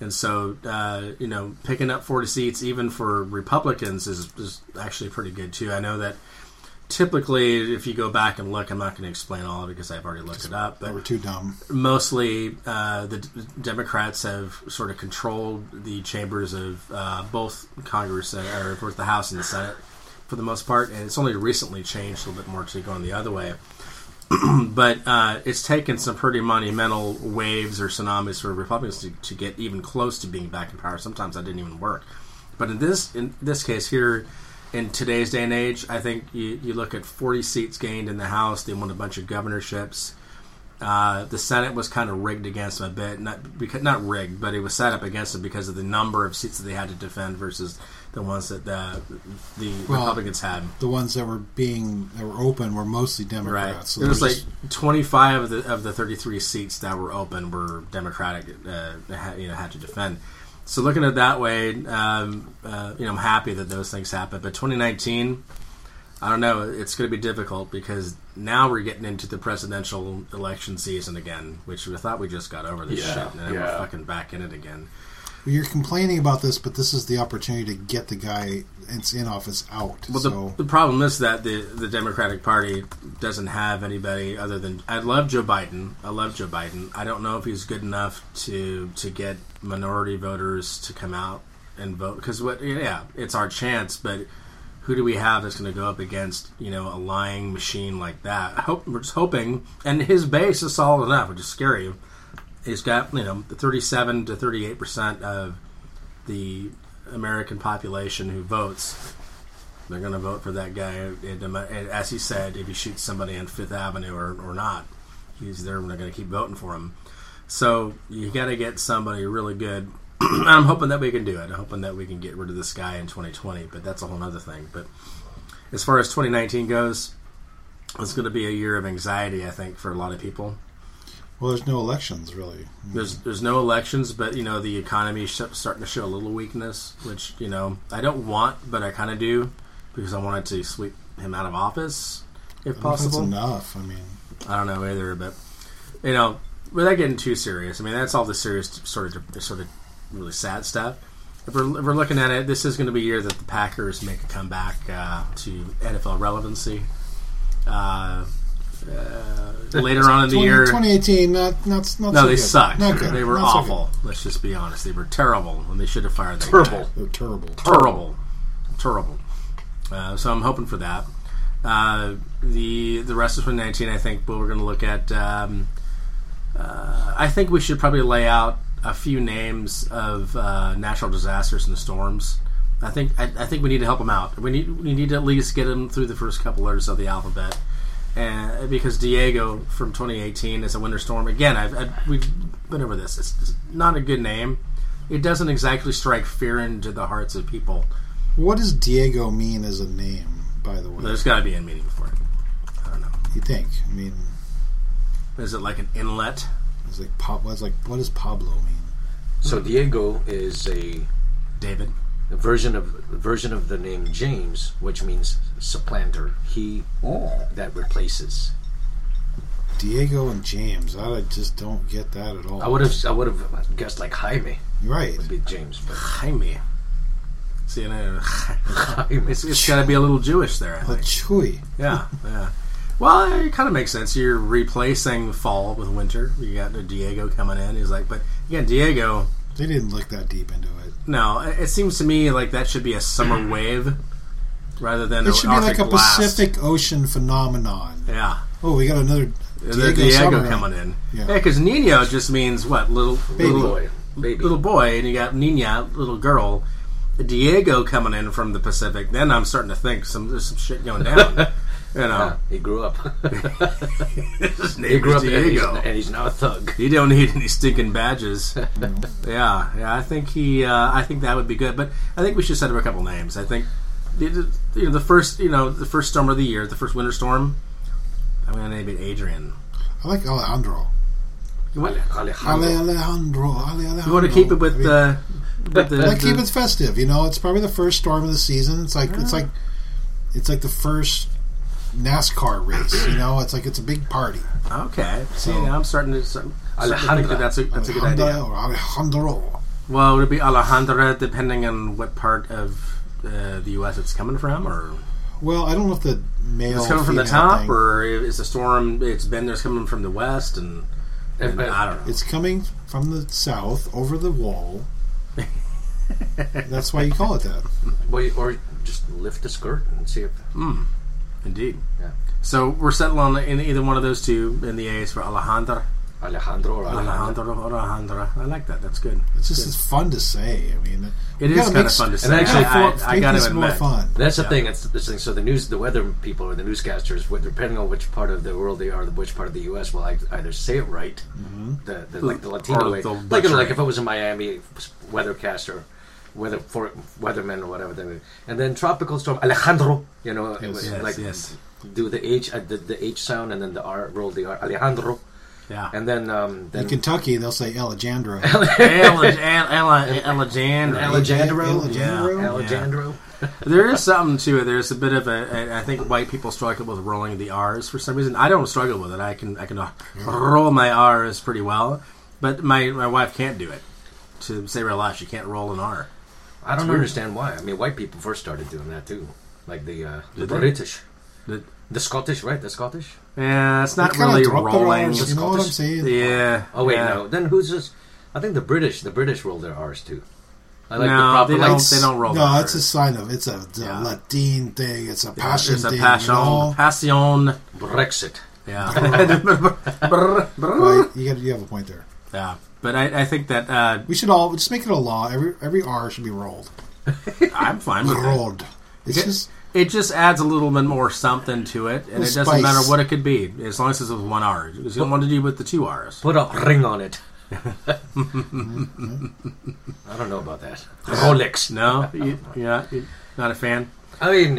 D: And so, uh, you know, picking up forty seats even for Republicans is, is actually pretty good too. I know that typically, if you go back and look, I'm not going to explain all of it because I've already looked it up.
B: They
D: But
B: were too dumb.
D: mostly uh, the d- Democrats have sort of controlled the chambers of uh, both Congress uh, or of course the House and the Senate for the most part, and it's only recently changed a little bit more to going the other way. but uh, it's taken some pretty monumental waves or tsunamis for Republicans to, to get even close to being back in power. Sometimes that didn't even work. But in this in this case here, in today's day and age, I think you, you look at 40 seats gained in the House. They won a bunch of governorships. Uh, the Senate was kind of rigged against them a bit, not because not rigged, but it was set up against them because of the number of seats that they had to defend versus the ones that the, the
B: Well,
D: Republicans had.
B: The ones that were being that were open were mostly Democrats.
D: Right.
B: So
D: there was
B: they're
D: like
B: just-
D: 25 of the of the 33 seats that were open were Democratic. Uh, had, you know, had to defend. So looking at it that way, um, uh, you know, I'm happy that those things happened. But 2019, I don't know. It's going to be difficult because now we're getting into the presidential election season again, which we thought we just got over this
C: Yeah,
D: shit, and then we're
C: yeah.
D: fucking back in it again.
B: you're complaining about this, but this is the opportunity to get the guy that's in office out.
D: Well,
B: so
D: the, the problem is that the the Democratic Party doesn't have anybody other than I love Joe Biden. I love Joe Biden. I don't know if he's good enough to to get minority voters to come out and vote because what yeah, it's our chance, but. Who do we have that's going to go up against you know a lying machine like that? I hope we're just hoping, and his base is solid enough, which is scary. He's got you know thirty-seven to thirty-eight percent of the American population who votes They're going to vote for that guy. And, um, and as he said, if he shoots somebody on Fifth Avenue or, or not, he's there. They're going to keep voting for him. So you got to get somebody really good. I'm hoping that we can do it. I'm hoping that we can get rid of this guy in 2020, but that's a whole other thing. But as far as 2019 goes, it's going to be a year of anxiety, I think, for a lot of people.
B: Well, there's no elections really.
D: There's there's no elections, but you know the economy is sh- starting to show a little weakness, which you know I don't want, but I kind of do because I wanted to sweep him out of office if
B: Possible.
D: possible.
B: enough. I mean,
D: I don't know either, but you know, without getting too serious, I mean that's all the serious sort of sort of really sad stuff. If we're, if we're looking at it, this is going to be a year that the Packers make a comeback uh, to NFL relevancy. Uh, uh, later on in the
B: 20,
D: year,
B: 2018, not not not
D: no,
B: so
D: they
B: good.
D: sucked.
B: Not good.
D: They were
B: Not so good.
D: awful. Let's just be honest. They were terrible, and they should have fired that guy
C: Terrible.
B: They're terrible.
D: terrible, terrible. Uh, so I'm hoping for that. Uh, the the rest of 2019, I think, what we're going to look at. Um, uh, I think we should probably lay out a few names of uh, natural disasters and storms. I think I, I think we need to help them out. We need we need to at least get them through the first couple letters of the alphabet. And because Diego from 2018 is a winter storm again. I've, I've we've been over this. It's it's not a good name it doesn't exactly strike fear into the hearts of people.
B: What does Diego mean as a name? By the way,
D: There's got to be a meaning for it. I don't know.
B: you think? I mean,
D: Is it like an inlet?
B: it's like pop. What's like what does Pablo mean?
C: So Diego is a,
D: David
C: a version of a version of the name James, which means supplanter. He that replaces.
B: Diego and James. I just don't get that at all.
C: I would have I would have guessed like Jaime
B: right.
C: would be James, but
D: Jaime. See, and I-
C: Jaime.
D: it's, it's got to be a little Jewish there. I
B: But
D: think.
B: Chewy.
D: Yeah, yeah. Well, it kind of makes sense. You're replacing fall with winter. You got the Diego coming in. He's like, but again, Diego.
B: They didn't look that deep into it.
D: No, it it seems to me like that should be a summer wave rather than
B: Mm. It should be
D: an Arctic
B: like a
D: blast.
B: Pacific Ocean phenomenon.
D: Yeah.
B: Oh, we got another
D: Diego,
B: Diego,
D: Diego
B: Summer.
D: coming in. Yeah,
B: Yeah.
D: because Nino just means what little
C: Little
D: little
C: boy, baby.
D: little boy, and you got Nina, little girl. Diego coming in from the Pacific. Then I'm starting to think some there's some shit going down. you know,
C: He grew up.
D: his
C: he
D: name
C: grew
D: is
C: up and he's,
D: Diego.
C: and he's now a thug.
D: He don't need any stinking badges. yeah, yeah. I think he. Uh, I think that would be good. But I think we should set up a couple names. I think the- the- you know the first you know the first storm of the year, the first winter storm. I'm gonna name it Adrian.
B: I like Alejandro.
D: You want,
B: Ale
C: Alejandro.
B: Alejandro. Ale Alejandro.
D: you want to keep it
B: I
D: with
B: mean,
D: the. With the,
B: Like keep
D: the-
B: it festive. You know, it's probably the first storm of the season. It's like
D: Uh-huh.
B: it's like it's like the first NASCAR race. You know, it's like it's a big party.
D: Okay. See,
B: Oh.
D: now I'm starting to, start, starting to think
C: Alejandra.
D: that that's a, that's a good
B: Alejandro
D: idea.
B: or Alejandro.
D: Well, would it be Alejandra depending on what part of uh, the U.S. it's coming from, or
B: Well, I don't know if the male
D: it's coming from the
B: female
D: top,
B: thing-
D: or is the storm? It's been there's coming from the west, and, and
C: but-
D: I don't know.
B: It's coming from the south over the wall. That's why you call it that.
C: Well, or just lift the skirt and see if.
D: Indeed.
C: Yeah.
D: So we're settling on in either one of those two, and the A is for Alejandra,
C: Alejandro or Alejandro.
D: Alejandro, or Alejandra. I like that. That's good.
B: It's just it's fun to say. I mean,
D: It
B: we
D: is
B: gotta
D: kind
B: make
D: of fun to
B: s-
D: say.
C: and actually
D: I,
B: make
D: I, I got to
B: this more
D: admit,
B: fun.
C: That's the thing. It's this thing. So the news, the weather people or the newscasters, what- depending on which part of the world they are, which part of the U.S. will like, either say it right, the, the like the Latino
D: Mm-hmm. Or
C: way,
D: they'll
C: like
D: butcher
C: like
D: it.
C: if it was a Miami weathercaster, weather for weatherman or whatever, they would- and then tropical storm Alejandro, you know, it
B: Yes.
C: was
D: Yes,
C: like
D: yes.
C: do the H, uh, the, the H sound, and then the R, roll the R, Alejandro,
D: yeah.
C: and then um, then
B: In Kentucky, they'll say Alejandro.
D: Alej- Ale- Ale- Alejandra.
C: Alejandro,
B: Alejandro.
D: Yeah.
C: Alejandro.
D: There is something to it. There's a bit of a. I- I think white people struggle with rolling the R's for some reason. I don't struggle with it. I can I can uh, roll my R's pretty well, but my, my wife can't do it. To save her life, she can't roll an R.
C: I don't understand why. I mean, white people first started doing that too, like the uh, the
D: Did they?
C: British,
D: That-
C: the Scottish, right? The Scottish.
D: yeah, it's
B: They
D: not
B: kinda
D: really
B: drop their
D: rolling.
B: R's, You know what I'm saying?
D: Yeah.
C: Oh wait,
D: yeah.
C: no. Then who's this? I think the British. The British rolled their R's too. I
D: No, they
C: like,
D: don't. They don't roll.
B: No,
D: their
B: it's a
D: Rs.
B: sign of it's a, it's a
D: Yeah.
B: Latin thing. It's a passion
D: It's a
B: thing.
D: passion.
B: You, know?
D: Passion.
C: Brexit.
D: Yeah. Brr, brr.
B: Right, you, got, you have a point there.
D: yeah. But I, I think that uh,
B: We should all just make it a law. Every every R should be rolled.
D: I'm fine with it.
B: Rolled. It's just
D: It just adds a little bit more something to it, and it doesn't
B: spice.
D: matter what it could be, as long as it's with one R. It's going to want to do with the two R's.
C: Put a ring on it. I don't know about that. Rolex.
D: No, you, yeah, you- not a fan.
C: I mean,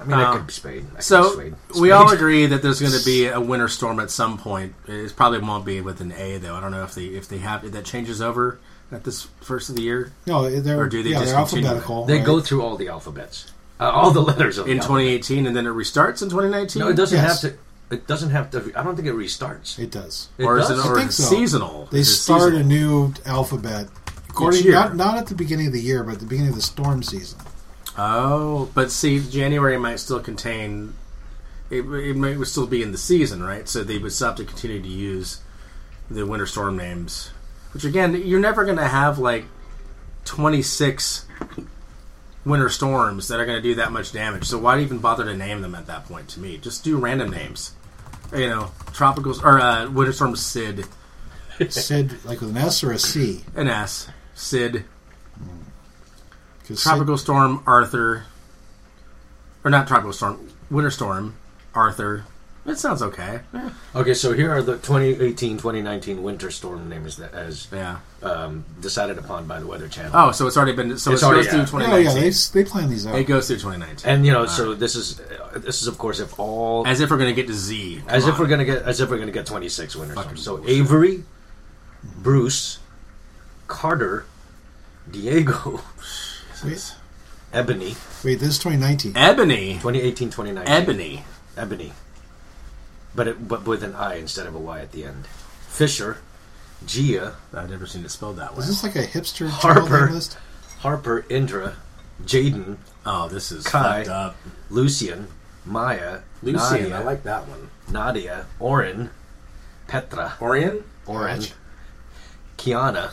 C: I mean, I
D: Um,
C: could be spade. I could
D: So
C: be spade.
D: we all
C: Spade.
D: agree that there's going to be a winter storm at some point. It probably won't be with an A though. I don't know if they if they have if that changes over at this first of the year
B: No, they're
D: Or do they
B: yeah,
D: just
B: they're
D: continue it?
B: alphabetical.
C: They
B: right?
C: go through all the alphabets, uh, all the letters of
D: in
C: the alphabet.
D: 2018, and then it restarts in 2019.
C: No, it doesn't
B: Yes.
C: have to. It doesn't have to. I don't think it restarts.
B: It does.
C: It
D: or is it
C: does?
D: or
B: think
D: it's
B: so.
D: seasonal?
B: They
D: Is it
B: start a
D: seasonal?
B: new alphabet. According,
D: Each year.
B: not, not at the beginning of the year, but at the beginning of the storm season.
D: Oh, but see, January might still contain. It, it might would still be in the season, right? So they would still have to continue to use the winter storm names, which again, you're never going to have like 26 winter storms that are going to do that much damage. So why even bother to name them at that point? To me, just do random names. You know, tropical or uh, winter storm Sid,
B: Sid, like with an S or a C.
D: an S, Sid,
B: 'Cause
D: Tropical Storm Arthur, or not Tropical Storm, Winter Storm Arthur. That sounds okay. Yeah.
C: Okay, so here are the 2018-2019 winter storm names that as um, decided upon by the Weather Channel.
D: Oh, so it's already been. So it's,
C: It's already-
D: goes through
C: yeah.
B: Sid,
D: 2019.
B: oh yeah, they they plan these out.
D: it goes through 2019.
C: And you know, so this is uh, this is of course if all
D: As if we're going to get to Z. Come
C: As if
D: on.
C: we're gonna get, as if we're gonna get 26 winners.
D: Fucking
C: So
D: bullshit. Mm-hmm.
C: Avery, Bruce, Carter, Diego,
B: Wait,
C: Ebony,
B: wait, this is 2019.
D: Ebony.
C: 2018, 2019.
D: Ebony.
C: Ebony, but it, but with an I instead of a Y at the end. Fisher, Gia,
D: I've never seen it spelled that way.
B: Is this like a hipster
C: Harper.
B: child name list?
C: Harper, Indra, Jaden,
D: Oh, this is
C: Kai.
D: fucked up.
C: Lucian, Maya,
D: Lucian,
C: Nadia,
D: I like that one.
C: Nadia, Oren, Petra,
D: Orion.
C: Oren, Kiana,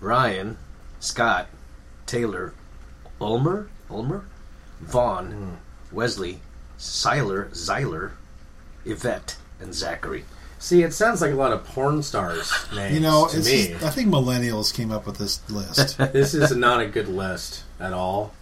C: Ryan, Scott, Taylor, Ulmer, Ulmer, Vaughn, Wesley, Seiler, Zeiler, Yvette, and Zachary.
D: See, it sounds like a lot of porn stars names.
B: You know,
D: to
B: it's uh,
D: me,
B: I think millennials came up with this list.
D: this is not a good list at all.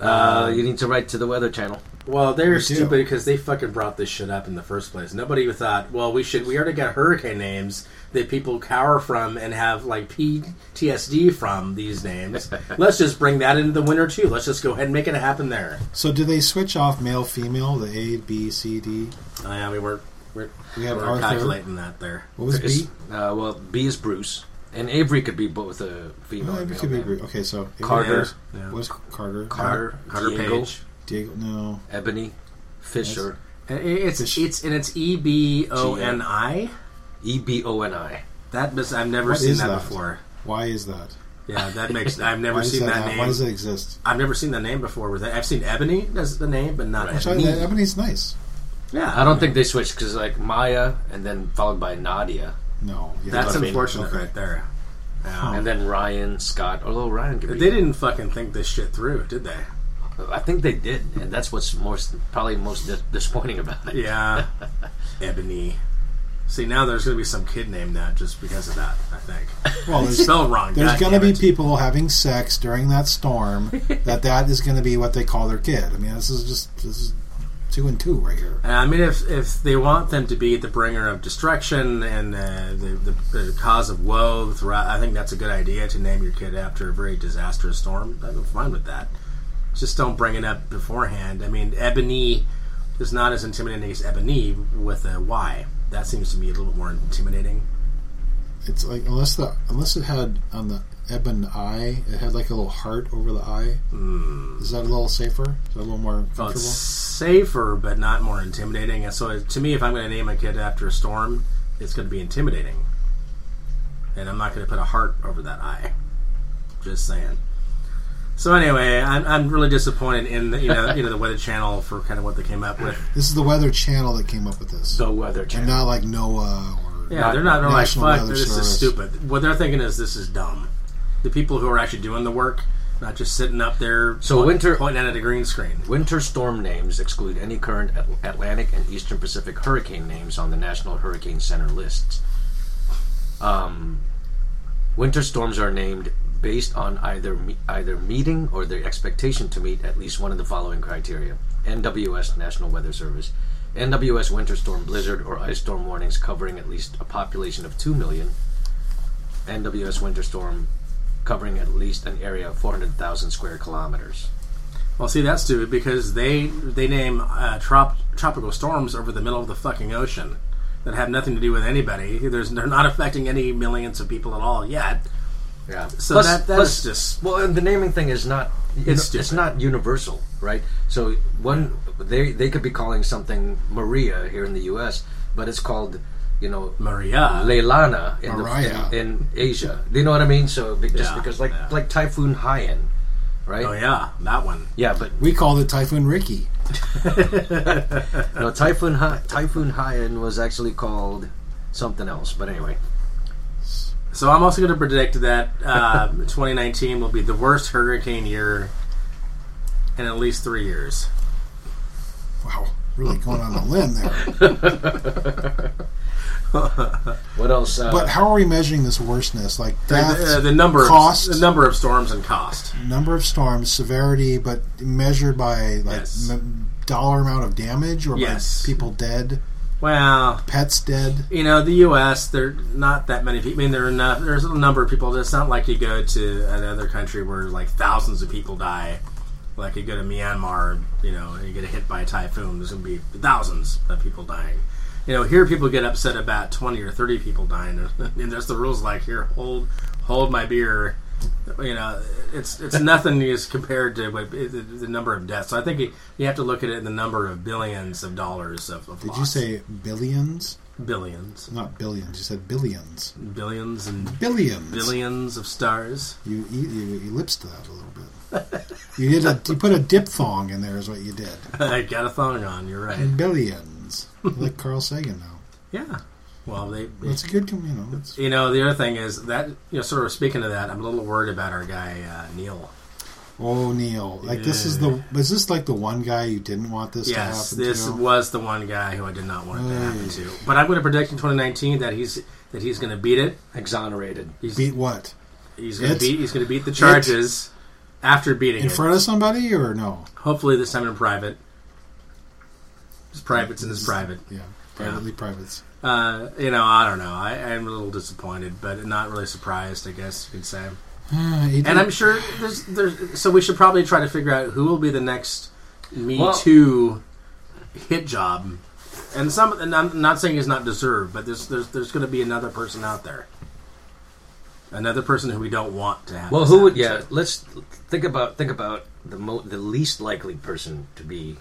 C: Uh, you need to write to the Weather Channel.
D: Well, they're
B: We do.
D: stupid because they fucking brought this shit up in the first place. Nobody thought, well, we should. We already got hurricane names that people cower from and have like PTSD from these names. Let's just bring that into the winter too. Let's just go ahead and make it happen there.
B: so, do they switch off male, female, the A, B, C, D?
D: Oh, yeah, we were we're,
B: We have
D: we're
B: Arthur.
D: calculating that there.
B: What was
C: It's-
B: B?
C: Uh, well, B is Bruce, and Avery could be both a female.
B: No, it
C: and male
B: could be
C: name.
B: Bru- Okay, so
C: Carter.
D: Yeah.
B: Was Carter?
C: Carter,
D: Carter
C: Diego,
D: Page.
B: Diego? No.
C: Ebony, Fisher,
D: And it- It's
B: Fish.
D: it's and it's E B O N I.
C: E B O N I.
D: That was I've never
B: What
D: seen
B: is
D: that,
B: that?
D: before.
B: Why is that?
D: Yeah, that makes I've never
B: Why does
D: seen that,
B: have-
D: name.
B: Why does that exist?
D: I've never seen the name before. With that, I've seen Ebony as the name, but not
B: Which I,
D: Ebony.
B: that Ebony's nice.
D: Yeah,
C: I don't think they switched because like Maya, and then followed by Nadia,
B: No. Yeah,
D: That's
B: okay.
D: unfortunate,
B: Okay.
D: right there.
C: and then Ryan, Scott. Although Ryan could
D: But
C: be.
D: They didn't fucking think this shit through, did they?
C: I think they did, and that's what's most probably most dis- disappointing about it.
D: Yeah, Ebony. See, now there's gonna be some kid named that just because of that. I think
B: Well, there's,
D: spelled wrong.
B: there's
D: God
B: going to
D: damn
B: be
D: it.
B: people having sex during that storm. that that is going to be what they call their kid. I mean, this is just this is two and two right here.
D: And I mean, if if they want them to be the bringer of destruction and uh, the, the the cause of woe, throughout, I think that's a good idea to name your kid after a very disastrous storm. I'm fine with that. Just don't bring it up beforehand. I mean, Ebony is not as intimidating as Ebony with a Y. That seems to me a little bit more intimidating.
B: It's like unless the unless it had on the ebon eye, it had like a little heart over the eye.
D: Hmm.
B: Is that a little safer? Is that a little more
D: Well, it's
B: comfortable?
D: safer, but not more intimidating. And so, to me, if I'm going to name a kid after a storm, it's going to be intimidating. And I'm not going to put a heart over that eye. Just saying. So anyway, I'm, I'm really disappointed in the, you know you know the Weather Channel for kind of what they came up with.
B: this is the Weather Channel that came up with this,
C: The Weather Channel.
B: not like NOAA or
D: Yeah, they're not they're like
B: National
D: fuck.
B: Weather
D: This
B: Service.
D: is stupid. What they're thinking is this is dumb. The people who are actually doing the work, not just sitting up there
C: So
D: point-
C: winter-
D: pointing at a green screen.
C: Winter storm names exclude any current At- Atlantic and Eastern Pacific hurricane names on the National Hurricane Center lists. Um, winter storms are named based on either me- either meeting or their expectation to meet at least one of the following criteria: NWS National Weather Service, NWS winter storm, blizzard, or ice storm warnings covering at least a population of two million, NWS winter storm covering at least an area of 400,000 square kilometers.
D: Well, see, that's stupid because they they name uh, trop- tropical storms over the middle of the fucking ocean that have nothing to do with anybody. There's they're not affecting any millions of people at all yet.
C: Yeah.
D: So that- that is just-
C: well, and the naming thing is not it's,
D: stupid.
C: it's not universal, right? So one they they could be calling something Maria here in the U.S., but it's called you know
D: Maria,
C: Leilana in,
B: Mariah.
C: the, in, in Asia. Do you know what I mean? So be- just
D: Yeah,
C: because like
D: yeah.
C: like Typhoon Haiyan, right?
D: oh yeah, that one.
C: Yeah, but
B: We called it Typhoon Ricky.
C: no, Typhoon ha- Typhoon Haiyan was actually called something else. But anyway,
D: So I'm also going to predict that uh, 2019 will be the worst hurricane year in at least three years.
B: Wow, really going on a limb there.
C: what else? Uh,
B: But how are we measuring this worseness? Like
D: The,
B: deaths,
D: uh, the number of
B: cost,
D: the number of storms and cost.
B: number of storms, severity, but measured by like
D: Yes.
B: m- dollar amount of damage or
D: Yes.
B: by people dead,
D: Well,
B: pets dead.
D: you know, the U.S. There not that many people. I mean, there are enough. There's a number of people. It's not like you go to another country where like thousands of people die. Like you go to Myanmar, you know, and you get hit by a typhoon. There's going to be thousands of people dying. You know, here people get upset about twenty or thirty people dying, and that's the rules. Like here, hold, hold my beer. You know, it's it's nothing is compared to what, the, the number of deaths. So I think you, you have to look at it in the number of billions of dollars of. of
B: Did you
D: loss.
B: say billions?
D: billions?
B: Not billions. You said billions.
D: billions and
B: Billions.
D: billions of stars.
B: You, e- you ellipsed that a little bit. you did a, you put a diphthong in there is what you did.
D: I got a thong on. You're right.
B: Mm-hmm. Billions. like Carl Sagan now.
D: Yeah. Well, they.
B: That's a good, you know. It's,
D: You know, the other thing is that you know, sort of speaking of that, I'm a little worried about our guy uh, Neil.
B: oh, Neil. Like this is the is this like the one guy you didn't want this
D: Yes,
B: to happen
D: this
B: to?
D: was the one guy who I did not want it to happen
B: Right.
D: to. But I'm going to predict in 2019 that he's that he's going to beat it.
C: exonerated.
D: He's
B: Beat what?
D: he's going to
B: it's-
D: beat he's going to beat the charges after beating
B: In
D: it.
B: front of somebody or no?
D: Hopefully this time in private. His privates and his private.
B: Yeah. Privately privates.
D: Uh, you know, I don't know. I, I'm a little disappointed, but not really surprised. I guess you could say.
B: Uh, he did-
D: And I'm sure there's there's so we should probably try to figure out who will be the next Me
C: Well-
D: Too hit job. And some and I'm not saying it's not deserved, but there's there's there's going to be another person out there. Another person who we don't want to have.
C: Well,
D: this
C: who would?
D: happen
C: Yeah, let's think about think about the mo- the least likely person to be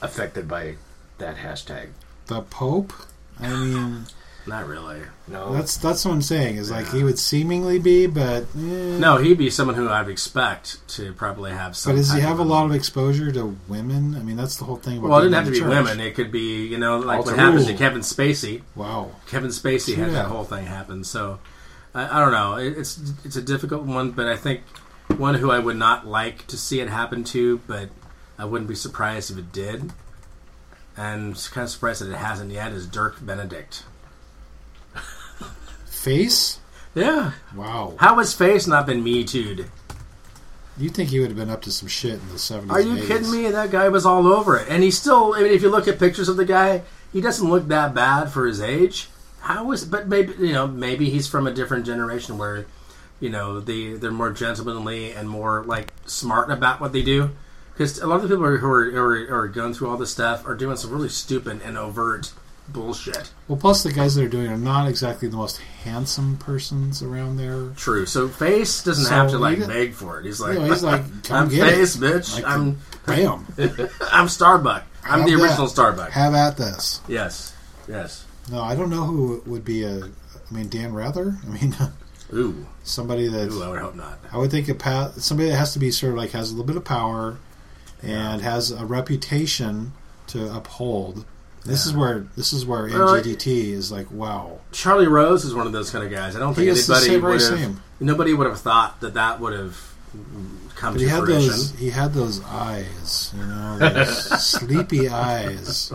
C: affected by that hashtag.
B: the Pope. I mean,
D: to. Not really.
C: No,
B: that's that's what I'm saying. Is like he would seemingly be, but eh.
D: No, he'd be someone who I'd expect to probably have some.
B: But does he
D: type
B: have a lot of exposure to women? I mean, that's the whole thing. About
D: Well, it
B: being
D: didn't have to
B: in
D: be
B: church.
D: women. It could be you know like
C: Alter
D: what happens to
B: ego.
D: Kevin Spacey.
B: Wow.
D: Kevin Spacey had
B: Yeah.
D: that whole thing happen. So I, I don't know. It, it's it's a difficult one, but I think one who I would not like to see it happen to, but I wouldn't be surprised if it did. And I'm kind of surprised that it hasn't yet is Dirk Benedict.
B: Face?
D: Yeah,
B: Wow.
D: how has face not been me too'd?
B: You think he would have been up to some shit in the 70s?
D: Are you
B: and 80s.
D: kidding me? That guy was all over it, and he still. I mean, if you look at pictures of the guy, he doesn't look that bad for his age. How is? But maybe you know, maybe he's from a different generation where, you know, they they're more gentlemanly and more like smart about what they do. Because a lot of the people who are, who are, who are going through all this stuff are doing some really stupid and overt bullshit.
B: Well, plus the guys that are doing it are not exactly the most handsome persons around there.
D: True. So Face doesn't
B: So
D: have to like
B: he-
D: beg for it. He's like,
B: know, he's like, come
D: I'm
B: get it.
D: Face, bitch.
B: Like,
D: I'm
B: bam,
D: I'm Starbuck. I'm
B: Have
D: the
B: that.
D: original Starbuck.
B: have at this.
D: Yes. Yes.
B: No, I don't know who would be a. I mean, Dan Rather. I mean,
D: Ooh.
B: somebody that
D: Ooh, I would hope not.
B: I would think a pa- somebody that has to be sort of like has a little bit of power and has a reputation to uphold. This is where this is where
D: Well,
B: NGDT is like wow.
D: Charlie Rose is one of those kind of guys. I don't
B: He
D: think
B: is the
D: anybody
B: same, very
D: would have.
B: same.
D: Nobody would have thought that that would have come
B: But he
D: to
B: had
D: fruition.
B: those he had those eyes, you know, those sleepy eyes.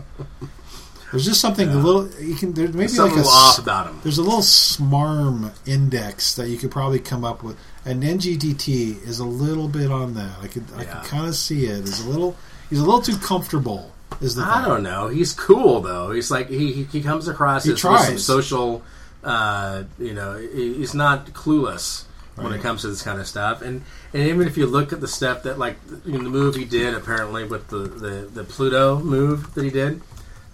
B: There's just something a little you can there maybe
D: There's
B: like
D: something
B: a
D: off
B: s-
D: about them.
B: There's a little smarm index that you could probably come up with. And NGDT is a little bit on that. I could I
D: Yeah.
B: can kind of see it. He's a little he's a little too comfortable. Is the
D: I
B: thing.
D: don't know. He's cool though. He's like he he, he comes across
B: He
D: as with some
B: tries.
D: social. Uh, you know, he- he's not clueless when it
B: Right.
D: comes to this kind of stuff. And and even if you look at the stuff that like you know, the move he did apparently with the the, the Pluto move that he did,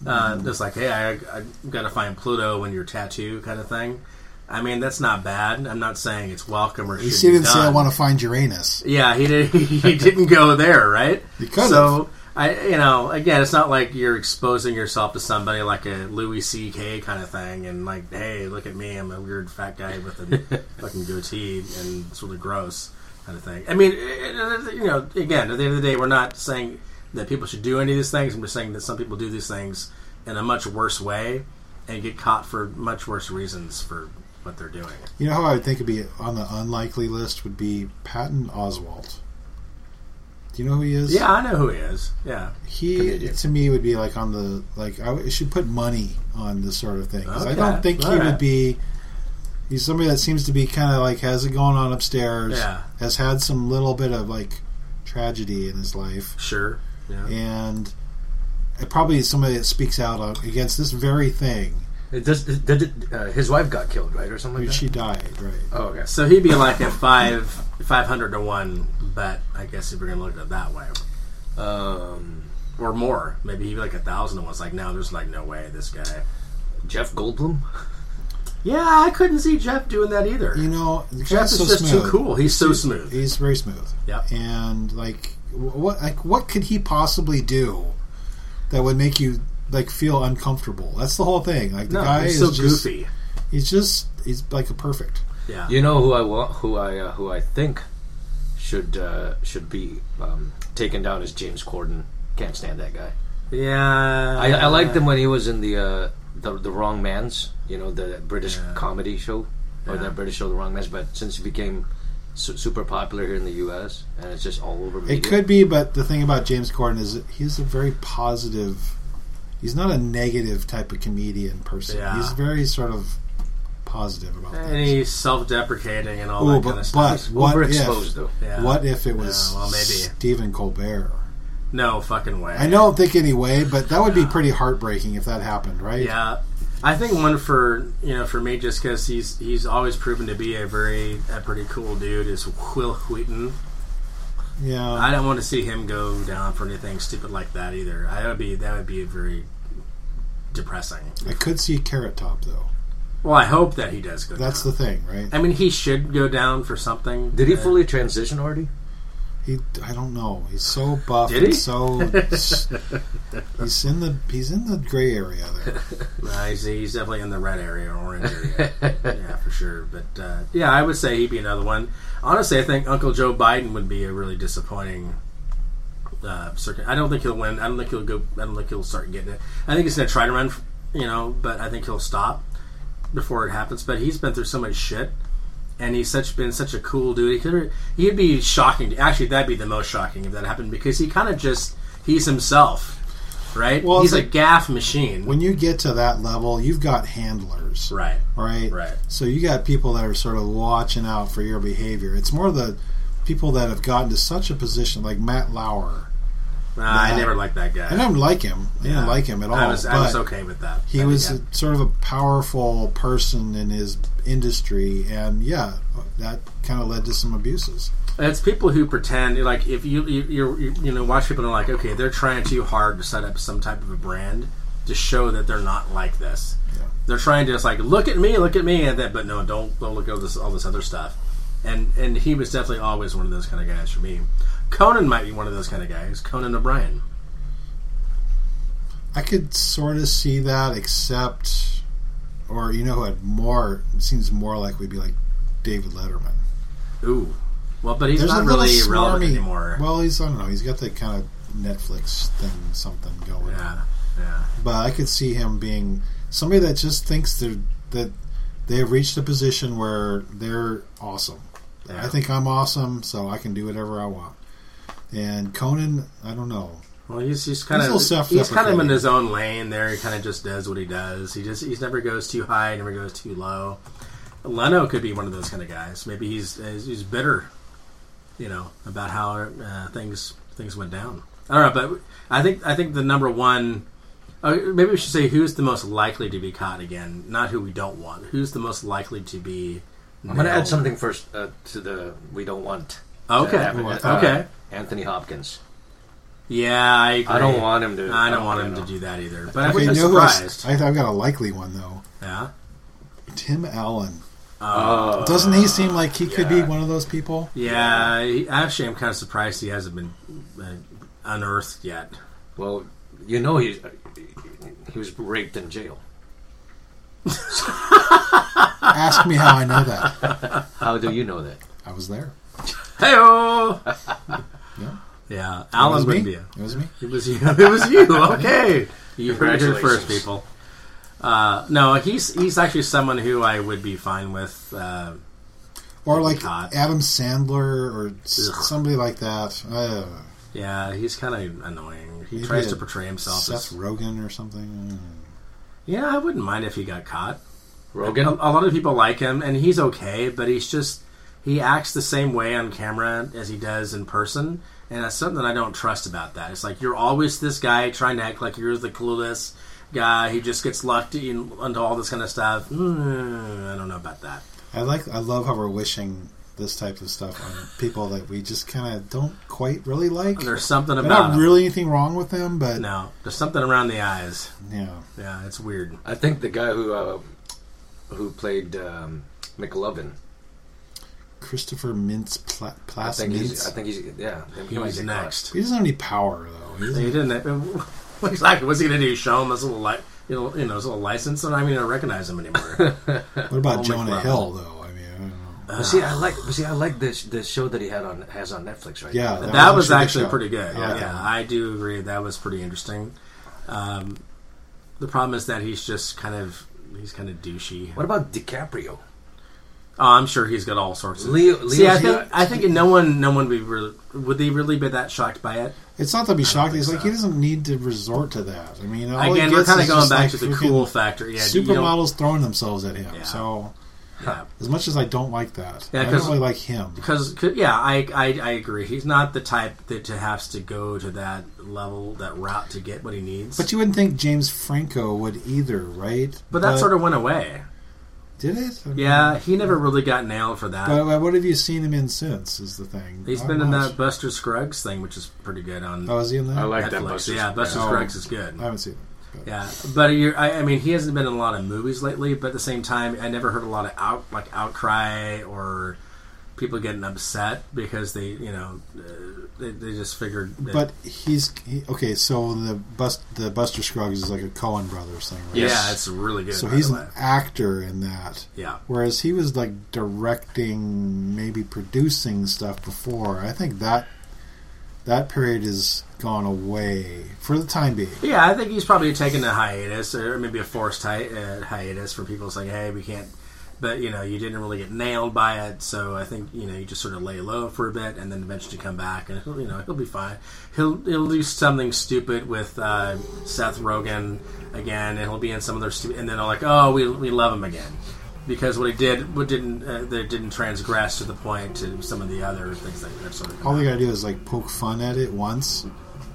D: uh,
B: Mm-hmm.
D: it's like hey I, I got to find Pluto in your tattoo kind of thing. I mean that's not bad. I'm not saying it's welcome or
B: He
D: should be
B: didn't say I
D: done."
B: want to find Uranus.
D: Yeah, he did. He didn't go there, right?
B: He could've.
D: So I, you know, again, it's not like you're exposing yourself to somebody like a Louis C.K. kind of thing, and like, hey, look at me, I'm a weird fat guy with a fucking goatee and sort of gross kind of thing. I mean, eh, it- it- you know, again, at the end of the day, we're not saying that people should do any of these things. I'm just saying that some people do these things in a much worse way and get caught for much worse reasons for what they're doing.
B: You know how I would think would be on the unlikely list would be Patton Oswalt. Do you know who he is?
D: Yeah, I know who he is. Yeah.
B: he
C: Comedian.
B: to me would be like on the like I w- should put money on this sort of thing 'Cause I
D: Okay,
B: don't think he
D: all
B: would
D: right.
B: be. He's somebody that seems to be kind of like has it going on upstairs.
D: Yeah.
B: has had some little bit of like tragedy in his life,
D: Sure. Yeah.
B: and it probably is somebody that speaks out on- against this very thing.
C: It does, did it, uh, his wife got killed, right, or
B: I
C: something
B: mean,
C: like that?
B: she died, right?
C: oh, okay.
D: So he'd be like a five five hundred to one bet, I guess if we're gonna look at it that way.
C: Um,
D: Or more. Maybe he'd be like a thousand to one. It's like, no, there's like no way this guy
C: Jeff Goldblum?
D: Yeah, I couldn't see Jeff doing that either.
B: You know,
D: Jeff
B: that's
D: is
B: so
D: just
B: smooth.
D: too cool. He's so smooth.
B: He's very smooth.
D: Yep.
B: and like wh- what like what could he possibly do that would make you like feel uncomfortable that's the whole thing like the
D: No,
B: guy
D: he's
B: is
D: so
B: just,
D: goofy.
B: he's just he's like a perfect
D: Yeah.
C: You know who I want, who I uh, who I think should uh, should be um, taken down is James Corden. Can't stand that guy.
D: Yeah.
C: I, I liked him when he was in the uh, the, the Wrong Man's, you know, the British
D: Yeah.
C: comedy show or
D: Yeah.
C: that British show, The Wrong Man's. But since he became su- super popular here in the U.S. and it's just all over. media.
B: it could be but the thing about james corden is that he's a very positive he's not a negative type of comedian person
D: Yeah.
B: he's very sort of positive about
D: And
B: things
D: he's self deprecating and all
B: Ooh,
D: that
B: but,
D: kind of
B: but
D: stuff.
B: what
C: overexposed
B: if
C: though.
D: Yeah.
B: what if it was
D: Yeah, well, maybe.
B: stephen colbert
D: No fucking way.
B: I don't think anyway, but that would be pretty heartbreaking if that happened, right?
D: Yeah, I think one for you know for me just because he's he's always proven to be a very a pretty cool dude is Will Wheaton.
B: Yeah.
D: I don't want to see him go down for anything stupid like that either. I would be that would be very depressing.
B: I could see Carrot Top though.
D: Well, I hope that he does go.
B: That's the thing, right?
D: down. I mean, he should go down for something.
C: Did he
D: Uh,
C: fully transition already?
B: He, I don't know. He's so buff.
D: Did he?
B: And so he's in the he's in the gray area there.
D: Nah, he's, he's definitely in the red area or orange area. yeah, for sure. But uh, yeah, I would say he'd be another one. Honestly, I think Uncle Joe Biden would be a really disappointing. Uh, circuit. I don't think he'll win. I don't think he'll go. I don't think he'll start getting it. I think he's going to try to run, you know, but I think he'll stop before it happens. But he's been through so much shit, and he's such been such a cool dude. He could he'd be shocking. to- Actually, that'd be the most shocking if that happened because he kind of just he's himself, right?
B: Well,
D: he's
B: it's
D: a
B: like-
D: gaff machine,
B: When you get to that level, you've got handlers,
D: right?
B: right?
D: Right.
B: So you got people that are sort of watching out for your behavior. It's more the people that have gotten to such a position, like Matt Lauer.
D: Nah, I
B: Yeah.
D: never liked that guy.
B: I don't like him. I didn't like him at all.
D: I was,
B: but
D: I was okay with that.
B: he
D: That
B: was
D: guy.
B: a, sort of a powerful person in his industry, and yeah, that kind of led to some abuses.
D: It's people who pretend like if you you you're, you you know watch people and like okay they're trying too hard to set up some type of a brand to show that they're not like this.
B: Yeah.
D: They're trying to just like look at me, look at me, and that. But no, don't don't look at all this all this other stuff. And and he was definitely always one of those kind of guys for me. Conan might be one of those kind of guys. Conan O'Brien.
B: I could sort of see that, except, or you know, who had more it seems more like would be like David Letterman.
D: Ooh. Well, but he's
B: There's
D: not
B: a little
D: really relevant
B: smarmy-
D: anymore.
B: Well, he's I don't know. He's got that kind of Netflix thing, something going.
D: yeah, yeah.
B: But I could see him being somebody that just thinks they're that they have reached a position where they're awesome.
D: Yeah.
B: I think I'm awesome, so I can do whatever I want. And Conan, I don't know.
D: Well, he's, he's kind
B: He's a little
D: of he's, kind of
B: self-deprecating.
D: in his own lane there. He kind of just does what he does. He just he's never goes too high, never goes too low. Leno could be one of those kind of guys. Maybe he's he's he's bitter, you know, about how uh, things things went down. I don't know, but I think I think the number one. Uh, maybe we should say who's the most likely to be caught again, not who we don't want. Who's the most likely to be?
C: I'm going to add
D: nailed?
C: something first uh, to the we don't want. to
D: Okay.
C: happen.
D: Well, okay.
C: Anthony Hopkins.
D: Yeah, I. Agree.
C: I don't want him to.
D: I don't want
C: you
D: him to
C: know.
D: do that either. But I
B: Okay,
D: wasn't
B: you know who else-
D: surprised.
B: I, I've got a likely one though.
D: yeah.
B: Tim Allen.
C: Oh,
B: Doesn't he seem like he could be
C: yeah.
B: one of those people?
D: Yeah, he- actually, I'm kind of surprised he hasn't been uh, unearthed yet.
C: well, you know he he was raped in jail.
B: Ask me how I know that.
C: How do you know that?
B: I was there.
D: Hey-oh!
B: Yeah.
D: yeah,
B: It was
D: Alan
B: me.
D: would be.
B: It was me.
D: It was you. It was you. Okay, you heard it here
C: Congratulations.
D: first, people. Uh, no, he's he's actually someone who I would be fine with. Uh,
B: Or like
D: God.
B: Adam Sandler or s- somebody like that. Uh,
D: yeah, he's kind of annoying. He
B: Maybe
D: tries
B: a
D: to portray himself
B: Seth
D: as.
B: Rogen or something. Mm.
D: Yeah, I wouldn't mind if he got caught.
C: Rogan.
D: A, a lot of people like him, and he's okay, but he's just he acts the same way on camera as he does in person, and that's something I don't trust about that. It's like you're always this guy trying to act like you're the clueless guy who just gets locked in, into all this kind of stuff. Mm, I don't know about that.
B: I like. I love how we're wishing this type of stuff on people that we just kind of don't quite really like. There's
D: There's something about
B: not
D: him.
B: really anything wrong with them, but
D: no. There's something around the eyes.
B: yeah,
D: Yeah, it's weird.
C: I think the guy who uh, who played um, McLovin.
B: Christopher Mintz Pla-
C: I
B: Plasse
C: think he's. I
B: Mintz.
C: think he's. Yeah,
D: He
C: might
D: was
C: get caught.
D: next.
B: He doesn't have any power though. He
D: He
B: doesn't-
D: didn't. Exactly. What's he gonna do? Show him his little li- you know, you know, his little license? I'm not even gonna recognize him anymore.
B: What about
D: Oh,
B: Jonah
D: McLovin.
B: Hill though? I mean, I don't know.
C: But see,
D: Ah.
C: I like. But see, I like this this show that he had on has on Netflix right
B: Yeah,
C: now.
D: that,
B: That was
D: was,
B: actually a good
D: actually
B: show. Oh,
D: pretty good.
B: Yeah.
D: Yeah, I do agree. That was pretty interesting. Um, the problem is that he's just kind of he's kind of douchey.
C: What about DiCaprio?
D: Oh, I'm sure he's got all sorts of.
C: Leo-
D: See, I
C: Leo's
D: think
B: uh,
C: not-
D: I think no one no one would be really, would they really be that shocked by it?
B: It's not to be shocked.
D: think
B: It's like
D: so.
B: he doesn't need to resort to that. I mean, all he
D: Again, we're
B: gets
D: kind of
B: is
D: going
B: just,
D: back
B: like,
D: to the
B: freaking
D: cool factor. Yeah, you don't-
B: supermodels throwing themselves at him.
D: Yeah.
B: So
D: yeah.
B: as much as I don't like that,
D: Yeah,
B: I don't
D: 'cause-
B: really like him.
D: Because yeah, I, I I agree. He's not the type that to has to go to that level, that route to get what he needs.
B: But you wouldn't think James Franco would either, right? Uh,
D: but that sort of went away.
B: did it. I mean,
D: Yeah, he never really got nailed for that.
B: But, but what have you seen him in since? Is the thing
D: He's
B: Not
D: been in
B: much.
D: that Buster Scruggs thing, which is pretty good on
B: Oh, is he in that?
C: I like that
D: Netflix.
C: Buster.
D: yeah, Buster
B: Oh.
D: Scruggs is good.
B: I haven't seen it. but-
D: Yeah, but you're, I, I mean, he hasn't been in a lot of movies lately. But at the same time, I never heard a lot of out like outcry or people getting upset because they, you know, uh, they, they just figured. That,
B: But he's he, okay. So the bust the Buster Scruggs is like a Cohen Brothers thing, right?
D: yeah,
C: Yes.
D: it's really good.
B: So
D: by
B: he's
D: the
B: an
D: way.
B: actor in that.
D: yeah.
B: Whereas he was like directing, maybe producing stuff before. I think that that period is gone away for the time being.
D: Yeah, I think he's probably taking a hiatus or maybe a forced hi- uh, hiatus from people saying, "Hey, we can't." But you know, you didn't really get nailed by it, so I think you know you just sort of lay low for a bit and then eventually come back, and he'll, you know he'll be fine. He'll he'll do something stupid with uh, Seth Rogen again, and he'll be in some other stupid, and then they're like, "Oh, we we love him again." Because what he did, what didn't, uh, they didn't transgress to the point to some of the other things that they're sort of
B: All they gotta do is like poke fun at it once,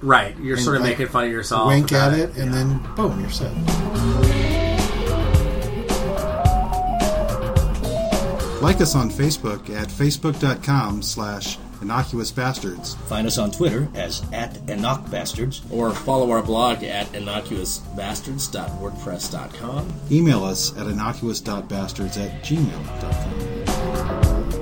D: right. You're
B: and,
D: sort of
B: like,
D: making fun of yourself,
B: wink
D: about
B: at it, and
D: yeah.
B: then boom, you're set.
E: Like us on Facebook at facebook.com slash innocuous bastards.
F: Find us on Twitter as at Bastards.
G: or follow our blog at innocuousbastards.wordpress.com.
E: Email us at innocuous.bastards at gmail.com.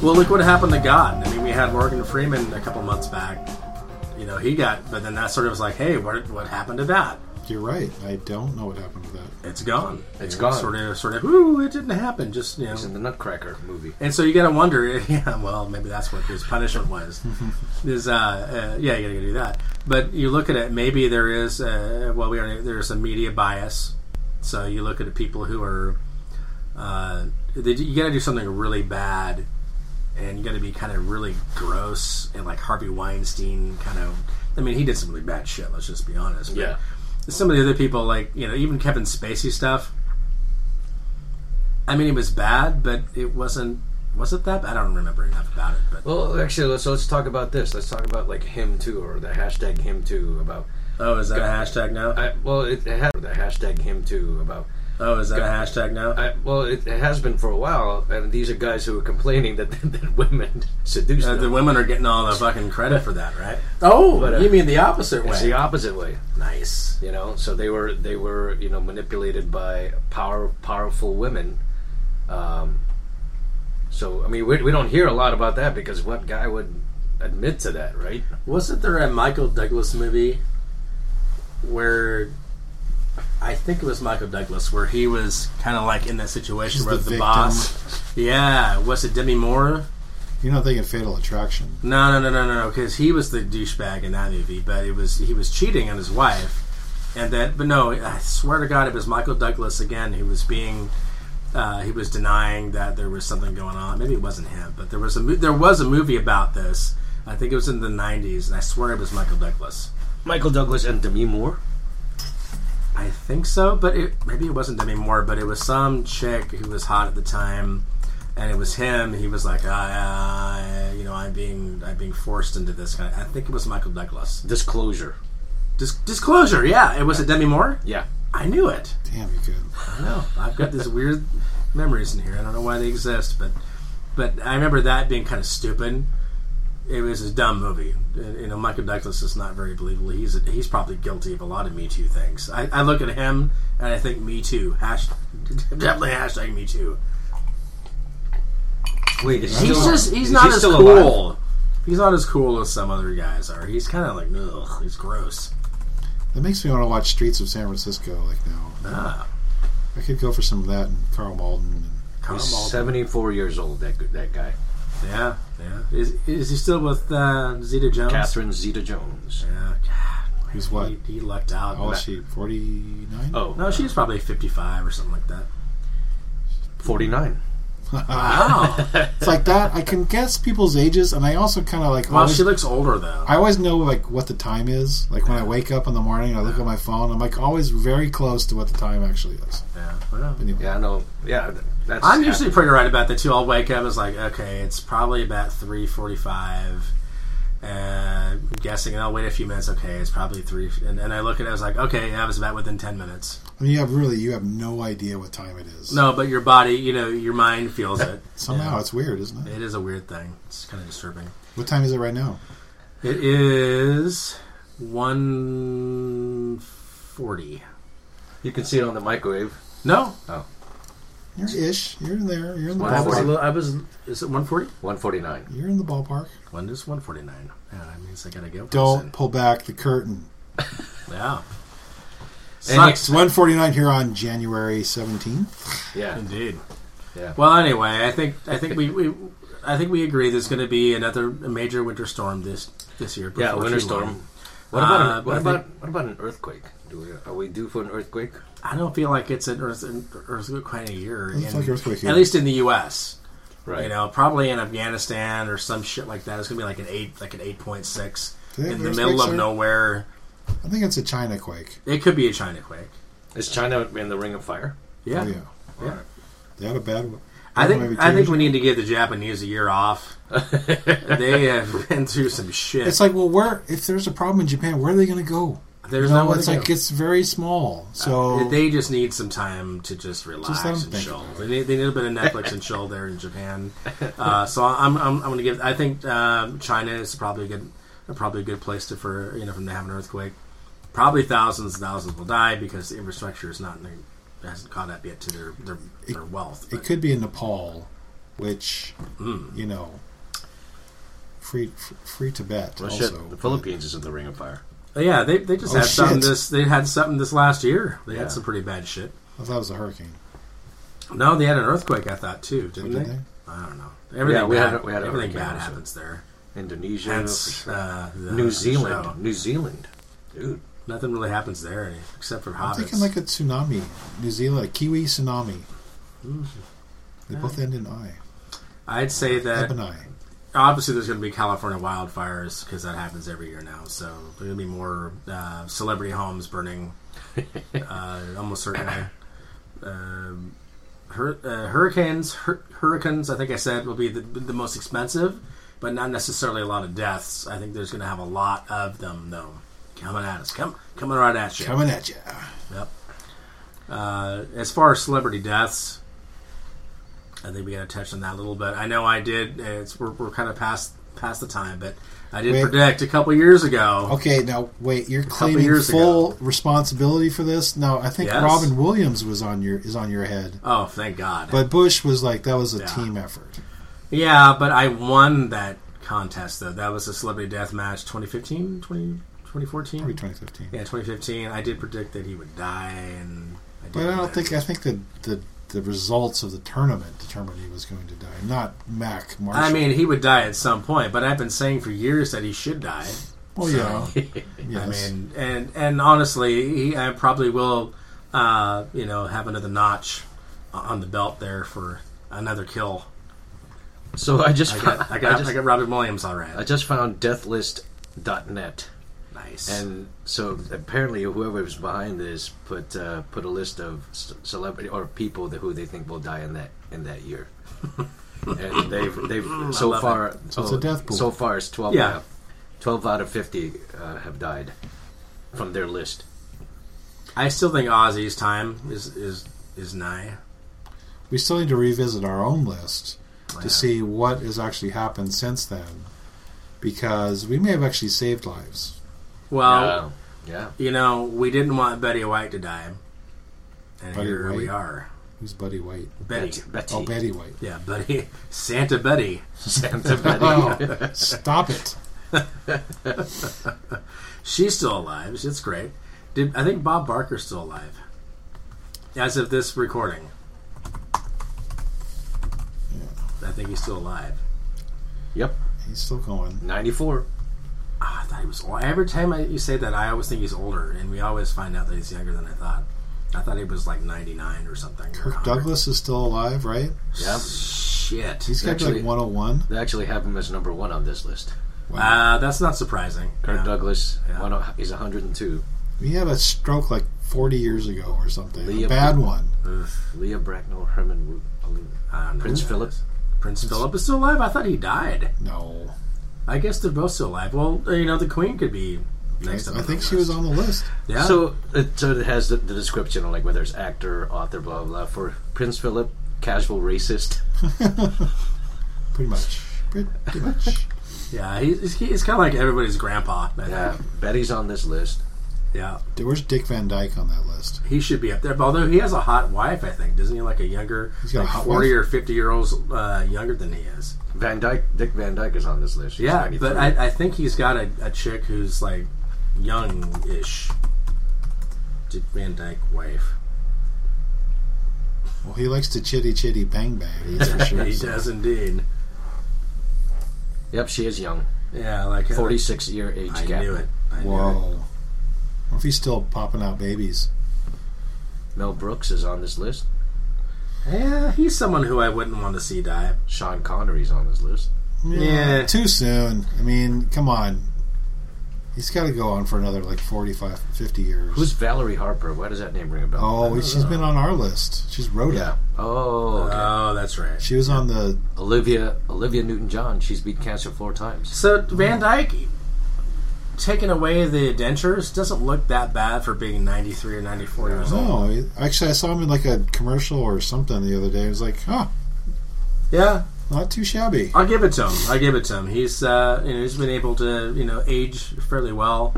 D: Well, look what happened to God. I mean, we had Morgan Freeman a couple months back. You know, he got, but then that sort of was like, hey, what what happened to that?
B: You're right. I don't know what happened to that.
D: It's gone.
C: It's
D: You know,
C: gone.
D: Sort of, sort of. Ooh, it didn't happen. Just you know.
C: He's in the Nutcracker movie.
D: And so you got to wonder, yeah, well, maybe that's what his punishment was. is uh, uh, yeah, you got to do that. But you look at it, maybe there is uh, well, we already there's a media bias. So you look at the people who are uh, they, you got to do something really bad and going to be kind of really gross and like Harvey Weinstein kind of. I mean, he did some really bad shit. Let's just be honest. But
C: Yeah.
D: Some of the other people, like you know, even Kevin Spacey stuff. I mean, it was bad, but it wasn't. Was it that? bad? I don't remember enough about it. But
C: Well, actually, let's let's talk about this. Let's talk about like him too, or the hashtag him too about.
D: oh, is that a hashtag now?
C: I, well, it, it had the hashtag him too about.
D: oh, is that a hashtag now?
C: I, well, it, it has been for a while, and these are guys who are complaining that, that women seduce
D: Uh,
C: them.
D: the women are getting all the fucking credit for that, right? Oh,
C: But, uh,
D: you mean the opposite way?
C: It's the opposite way,
D: nice.
C: you know. So they were they were you know manipulated by power powerful women. Um, so I mean, we, we don't hear a lot about that because what guy would admit to that, right?
D: Wasn't there a Michael Douglas movie where I think it was Michael Douglas where he was kind of like in that situation
B: He's
D: where
B: the
D: the,
B: victim.
D: boss? Yeah, was it Demi Moore?
B: You're not thinking Fatal Attraction.
D: No, no, no, no, no, because he was the douchebag in that movie, but it was he was cheating on his wife, and that. But no, I swear to God, it was Michael Douglas again who was being. Uh, he was denying that there was something going on. Maybe it wasn't him, but there was a mo- there was a movie about this. I think it was in the '90s, and I swear it was Michael Douglas.
C: Michael Douglas and Demi Moore.
D: I think so, but it, maybe it wasn't Demi Moore, but it was some chick who was hot at the time, and it was him. He was like, uh, you know, I'm being I'm being forced into this kind. Of, I think it was Michael Douglas.
C: Disclosure.
D: Dis- disclosure, yeah, it was it Demi Moore.
C: Yeah.
D: I knew it.
B: Damn, you could.
D: I know. I've got these weird memories in here. I don't know why they exist, but but I remember that being kind of stupid. It was a dumb movie. Uh, You know, Michael Douglas is not very believable. He's he's probably guilty of a lot of Me Too things. I, I look at him and I think Me Too. Hash, definitely hashtag Me Too.
C: Wait, is
D: He's
C: still-
D: just he's
C: is
D: not
C: he
D: as
C: still
D: cool. He's not as cool as some other guys are. He's kind of like ugh. He's gross.
B: That makes me want to watch Streets of San Francisco like now.
D: Ah,
B: I could go for some of that and Carl Malden. And
D: Karl
C: He's
D: Malden.
C: seventy-four years old. That gu- that guy,
D: Yeah, yeah. Is is he still with uh, Zeta Jones?
C: Catherine Zeta-Jones.
D: Yeah, God.
B: Who's what?
D: He, he lucked out.
B: How old is
D: That-
B: she? 49?
C: Oh,
D: No, she was probably 55 or something like that.
C: 49.
D: Oh. Wow.
B: It's like that. I can guess people's ages, and I also kind of like.
D: well,
B: always-
D: she looks older, though.
B: I always know like what the time is. Like when I wake up in the morning, I look at my phone. I'm like always very close to what the time actually is.
D: Yeah, well.
B: Anyway,
C: Yeah, I know. Yeah, th- that's.
D: I'm usually pretty right about that, too. I'll wake up and it's like, okay, it's probably about 3.45. Uh, guessing, and I'll wait a few minutes. Okay, it's probably three. And, and I look at it, I was like, okay, yeah, I was about within 10 minutes.
B: I mean, you have really you have no idea what time it is.
D: No, but your body, you know, your mind feels it.
B: Somehow it's weird, isn't it?
D: It is a weird thing. It's kind of disturbing.
B: What time is it right now?
D: It is 140.
C: You can see it on the microwave. Oh,
D: No,
B: You're ish. You're in there. You're in the
D: I was, a
B: ballpark.
D: little, I was. Is it one forty?
C: 149.
B: You're in the ballpark.
D: When is one forty nine? Yeah, I mean, I gotta go. for
B: Don't
D: this
B: pull back the curtain.
D: thing. Yeah.
B: It's 149 here on January 17th.
C: Yeah.
D: Indeed.
C: Yeah.
D: Well, anyway, I think I think we, we I think we agree there's going to be another major winter storm this this year.
C: Yeah,
D: before
C: winter
D: too
C: storm.
D: long.
C: What about
D: Uh,
C: an, what
D: I
C: about
D: think-
C: what about an earthquake? Do we, are we due for an earthquake?
D: I don't feel like it's an earth an earthquake quite a year.
B: It's
D: in-
B: like earthquake here.
D: At least in the U.S.
C: Right.
D: You know, probably in Afghanistan or some shit like that. It's going to be like an eight like an eight point six
B: Do they have
D: in the
B: earthquakes
D: middle of
B: there?
D: nowhere.
B: I think it's a China quake.
D: It could be a China quake.
C: Is China in the Ring of Fire?
B: Oh,
D: Yeah.
B: yeah.
C: Yeah.
B: They had a bad one. Maybe
D: I think
B: two
D: I
B: years
D: think we need to give the Japanese a year off. they have been through some shit.
B: It's like, well, where if there's a problem in Japan, where are they going to go?
D: There's
B: You know,
D: no Uh,
B: it's like it's very small. So
D: they just need some time to just relax
B: Just let 'em
D: and
B: think
D: chill. They need, they need a bit of Netflix and chill there in Japan. Uh, so I'm I'm, I'm going to give. I think um, China is probably a good probably a good place to for you know from to have an earthquake. Probably thousands and thousands will die because the infrastructure is not hasn't caught up yet to their their, their wealth.
B: it
D: But-
B: could be in Nepal, which
D: Hmm.
B: you know, free f- free Tibet
C: Well,
B: also.
C: shit, the Philippines is in the Ring of Fire.
D: Oh, Yeah, they, they just
B: Oh,
D: had something
B: shit.
D: this they had something this last year. They
C: Yeah.
D: had some pretty bad shit.
B: I thought it was a hurricane.
D: No, they had an earthquake. I thought too, didn't
B: did
D: they?
B: they?
D: I don't know. Everything
C: Yeah, we
D: bad,
C: had- we had an
D: everything
C: earthquake
D: bad
C: also.
D: happens there.
C: Indonesia,
D: Hence, uh, the
C: New Zealand,
D: show.
C: New Zealand, dude.
D: Nothing really happens there any- except for
B: I'm
D: hobbits.
B: thinking like a
D: Hmm.
B: tsunami, New Zealand, a Kiwi tsunami. They both end in I.
D: I'd say that
B: Epinay.
D: obviously there's going to be California wildfires because that happens every year now. So there's going to be more uh, celebrity homes burning, uh, almost certainly. Um, hur- uh, hurricanes, hur- hurricanes. I think I said will be the, the most expensive, but not necessarily a lot of deaths. I think there's going to have a lot of them though coming at us. Come coming right at you.
B: Coming at you.
D: Yep. Uh, as far as celebrity deaths, I think we got to touch on that a little bit. I know I did. It's we're, we're kind of past past the time, but I did
B: Wait.
D: predict a couple years ago.
B: Okay, now wait. You're claiming
D: years
B: full responsibility for this. No, I think
D: Yes.
B: Robin Williams was on your is on your head,
D: Oh, thank God.
B: but Bush was like that was a
D: Yeah.
B: team effort.
D: yeah, but I won that contest though. That was a celebrity death match 2015, 20, 2014.
B: Probably 2015.
D: Yeah, 2015. I did predict that he would die, and I did
B: But I don't think I think the the the results of the tournament determined he was going to die, not Mac Marshall.
D: I mean, he would die at some point, but I've been saying for years that he should die.
B: well, yeah,
D: I
B: yes.
D: mean, and and honestly, he, I probably will, uh, you know, have another notch on the belt there for another kill.
C: So I just
D: I
C: found,
D: got, I got, I,
C: just,
D: got Robin Williams all right.
C: I just found deathlist.net,
D: nice.
C: and so apparently whoever was behind this put uh, put a list of c- celebrity or people that, who they think will die in that in that year. and they've they've so
D: Hmm, love
C: far
B: So it's a death pool.
C: so far it's twelve
D: Yeah.
C: out, twelve out of fifty uh, have died from their list.
D: I still think Ozzy's time is is is nigh.
B: we still need to revisit our own list to see what has actually happened since then, because we may have actually saved lives.
D: Well,
C: Uh, yeah.
D: you know, we didn't want Betty White to die, and
B: Betty
D: here we
B: White?
D: are,
B: Who's Buddy White?
D: Betty.
C: Betty.
B: Oh, Betty White.
D: Yeah, Betty, Santa Betty.
C: Santa Betty.
B: Oh, stop it!
D: She's still alive. It's great. Did I think Bob Barker's still alive? As of this recording, I think he's still alive.
C: Yep.
B: He's still going.
C: 94.
D: Ah, I thought he was. Old. Every time I, you say that, I always think he's older, and we always find out that he's younger than I thought. I thought he was like ninety nine or something. or
B: Kirk
D: 100.
B: Douglas is still alive, right?
C: Yeah.
D: Shit.
B: He's got to be
C: Actually-
B: like 101.
C: They actually have him as number one on this list.
D: Uh, that's not surprising. Uh,
C: Kirk
D: Yeah.
C: Douglas,
D: Yeah.
C: one, o- he's 102.
B: He had a stroke like 40 years ago or something.
C: Leah-
B: a bad one.
C: Leah Bracknell, Herman Wu- Paulina.
D: I don't know
C: Prince
D: who that
C: Philip.
D: is. Prince Philip is still alive. I thought he died.
B: No.
D: I guess they're both still alive. Well, you know, the Queen could be next. up
B: I
D: on
B: think
D: the
B: she
D: list.
B: was on the list.
D: Yeah.
C: So, it, so it has the, the description on like whether it's actor, author, blah, blah, blah. For Prince Philip, casual racist.
B: Pretty much. Pretty much.
D: Yeah, he's, he's kind of like everybody's grandpa. I
C: Yeah.
D: think.
C: Betty's on this list.
D: Yeah.
B: There was Dick Van Dyke on that list.
D: He should be up there. But although he has a hot wife, I think. Doesn't he like a younger,
B: He's got a
D: like
B: hot
D: 40
B: wife?
D: or 50 year olds uh, younger than he is?
C: Van Dyke, Dick Van Dyke is on this list. He's
D: Yeah,
C: 93.
D: but I, I think he's got a, a chick who's like young ish. Dick Van Dyke wife.
B: Well, he likes to chitty chitty bang bang. That's for sure.
D: he does indeed.
C: Yep, she is young.
D: Yeah, like a-
C: 46 year age
D: I
C: gap.
D: knew it. I knew
B: Whoa.
D: it.
B: What if he's still popping out babies?
C: Mel Brooks is on this list.
D: Yeah, he's someone who I wouldn't want to see die.
C: Sean Connery's on this list.
D: Yeah.
B: Too soon. I mean, come on. He's got to go on for another like 45, 50 years.
C: Who's Valerie Harper? Why does that name ring a bell?
B: oh, she's been on our list. She's Rhoda.
C: Yeah. Oh, okay.
D: Oh, that's right.
B: She was on the.
C: Olivia Olivia Newton John. She's beat cancer four times.
D: So Van Dyke taking away the dentures doesn't look that bad for being 93 or 94 years old.
B: No, he- actually, I saw him in like a commercial or something the other day. I was like, huh,
D: Yeah,
B: not too shabby.
D: I'll give it to him. I'll give it to him. He's uh, you know he's been able to you know age fairly well,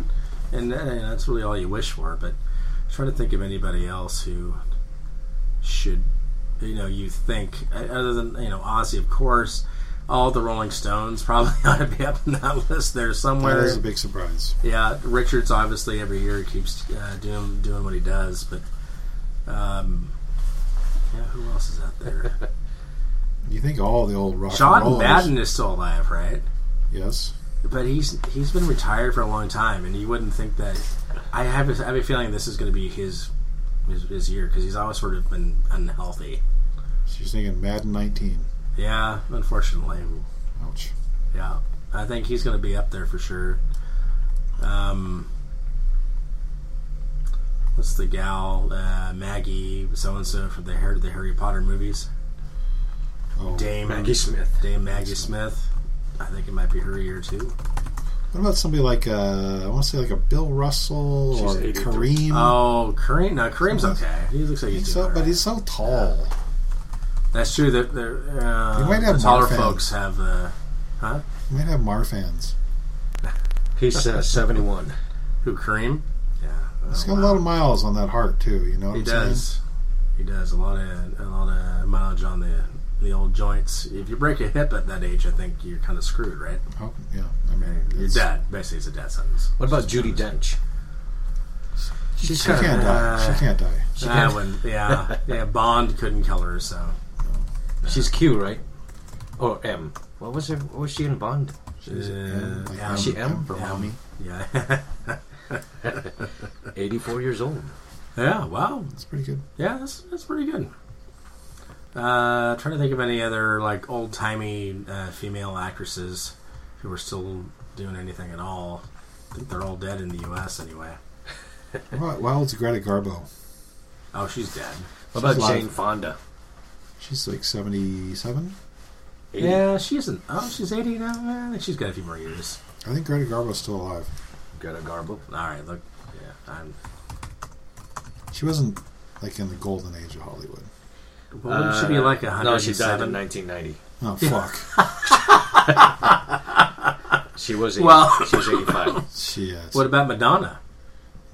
D: and, uh, and that's really all you wish for. But I'm trying to think of anybody else who should you know you think uh, other than you know Ozzy of course. All the Rolling Stones probably ought to be up in that list there
B: That
D: somewhere.
B: is a big surprise.
D: Yeah, Richards obviously every year keeps uh, doing doing what he does, but um, yeah, who else is out there?
B: You think all the old rock and
D: John
B: rollers-
D: Madden is still alive, right?
B: Yes.
D: But he's he's been retired for a long time, and you wouldn't think that. I have a, I have a feeling this is going to be his his, his year because he's always sort of been unhealthy.
B: She's thinking Madden 19.
D: Yeah, unfortunately.
B: Ouch.
D: Yeah, I think he's going to be up there for sure. Um, what's the gal uh, Maggie so and so from the Harry, the Harry Potter movies?
B: Oh.
D: Dame
C: Maggie Smith.
D: Dame Maggie Smith. I think it might be her year too.
B: What about somebody like uh, I want to say like a Bill Russell
C: She's
B: or
C: 83.
B: Kareem?
D: Oh, Kareem. No, Kareem's
B: Someone's-
D: okay. He looks like
B: Think
D: he's
B: so,
D: doing all
B: but
D: right.
B: he's so tall.
D: That's true. That they're, uh,
B: You might have
D: the taller
B: Marfan.
D: folks have. Uh, huh?
B: You might have Marfans.
C: He's uh, 71.
D: Who Kareem? Yeah.
B: He's
D: Oh,
B: got
D: wow.
B: a lot of miles on that heart too. You know what
D: He
B: I'm saying?
D: does. He does a lot of a lot of mileage on the the old joints. If you break a hip at that age, I think you're kind of screwed, right?
B: Oh, yeah. I mean,
D: You're
B: it's-
D: dead. Basically, it's a death sentence.
C: What about Judy Dench?
B: She can't die. She can't die.
D: Ah, when, yeah, yeah. Bond couldn't kill her, so
C: She's Q, right? Or M. What was her? What was she in Bond?
D: uh,
B: Like,
D: yeah,
B: um,
C: she M
B: um,
C: for
B: yeah.
C: mommy?
D: yeah,
C: 84 years old.
D: yeah. Wow,
B: It's pretty good.
D: yeah, that's that's pretty good. Uh, trying to think of any other like old timey uh, female actresses who are still doing anything at all. I think they're all dead in the U.S. anyway.
B: What about Wild's Greta Garbo?
D: Oh, she's dead.
C: What about
B: alive.
C: Jane Fonda?
B: She's like 77.
D: Yeah, she isn't. Oh, she's 80 now. Eh, I think she's got a few more years.
B: I think Greta Garbo's still alive.
C: Greta Garbo.
D: All right, look. Yeah, I'm.
B: She wasn't like in the golden age of Hollywood.
D: Well, would she be like
C: Uh, No, she died
D: 107?
C: in 1990.
B: Oh fuck.
C: She was 80,
D: Well-
C: she was 85.
B: she is.
D: what about Madonna?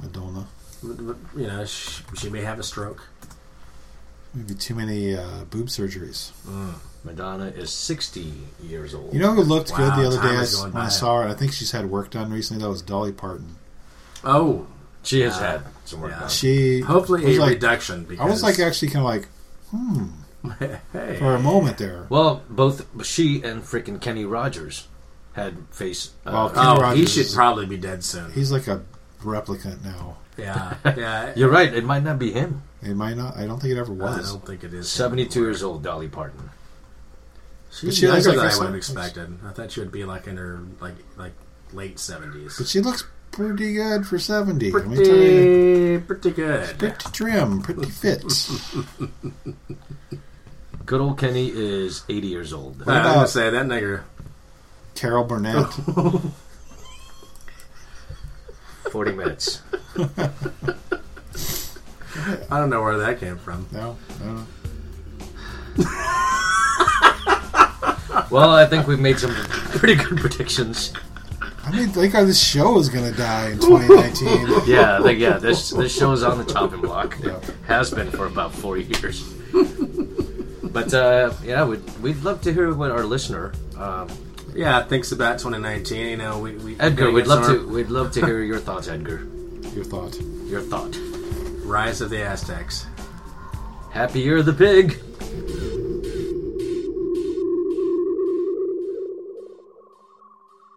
B: Madonna.
D: Would- would- You know, she, she may have a stroke.
B: Maybe too many uh, boob surgeries.
C: Madonna is 60 years old.
B: You know who looked
D: Wow,
B: good the other
D: time
B: day I
D: is
B: s-
D: going
B: when I
D: by.
B: saw her? I think she's had work done recently. That was Dolly Parton.
D: Oh,
C: she has had some work
D: yeah.
C: done.
B: She
D: hopefully
B: was
D: a
B: like,
D: reduction.
B: I
D: Because
B: was like uh, actually kind of like hmm.
D: hey,
B: for a moment there.
C: Well, both she and freaking Kenny Rogers had face. Uh,
B: Well, Kenny
D: oh, he
B: Rogers
D: should
B: is-
D: probably be dead soon.
B: He's like a replicant now.
D: yeah, yeah.
C: you're right. It might not be him.
B: It might not. I don't think it ever
D: I
B: was.
D: don't think it is.
C: 72 years old, Dolly Parton.
B: But
D: She's
B: she looks
D: younger
B: like
D: than
B: her
D: I would have
B: son.
D: expected. I thought she would be like in her like like late 70s.
B: But she looks pretty good for seventy. Let me tell you.
D: pretty, pretty good.
B: Pretty trim, pretty fit.
C: Good old Kenny is 80 years old.
D: I was gonna
B: about-
D: say that nigger.
B: Carol Burnett.
C: 40 minutes.
D: I don't know where that came from.
B: No, no.
C: Well, I think we've made some pretty good predictions.
B: I mean, like how this show is gonna die in 2019.
C: Yeah, I think, yeah, this this show is on the chopping block.
B: Yeah.
C: Has been for about four years. But uh, yeah, we'd, we'd love to hear what our listener, um,
D: Yeah, thinks about 2019. You know, we, we
C: Edgar,
D: we
C: we'd love
D: sort
C: to we'd love to hear your thoughts, Edgar.
B: Your thought.
C: Your thought.
D: of Rise of the Aztecs.
C: Happy Year of the Pig.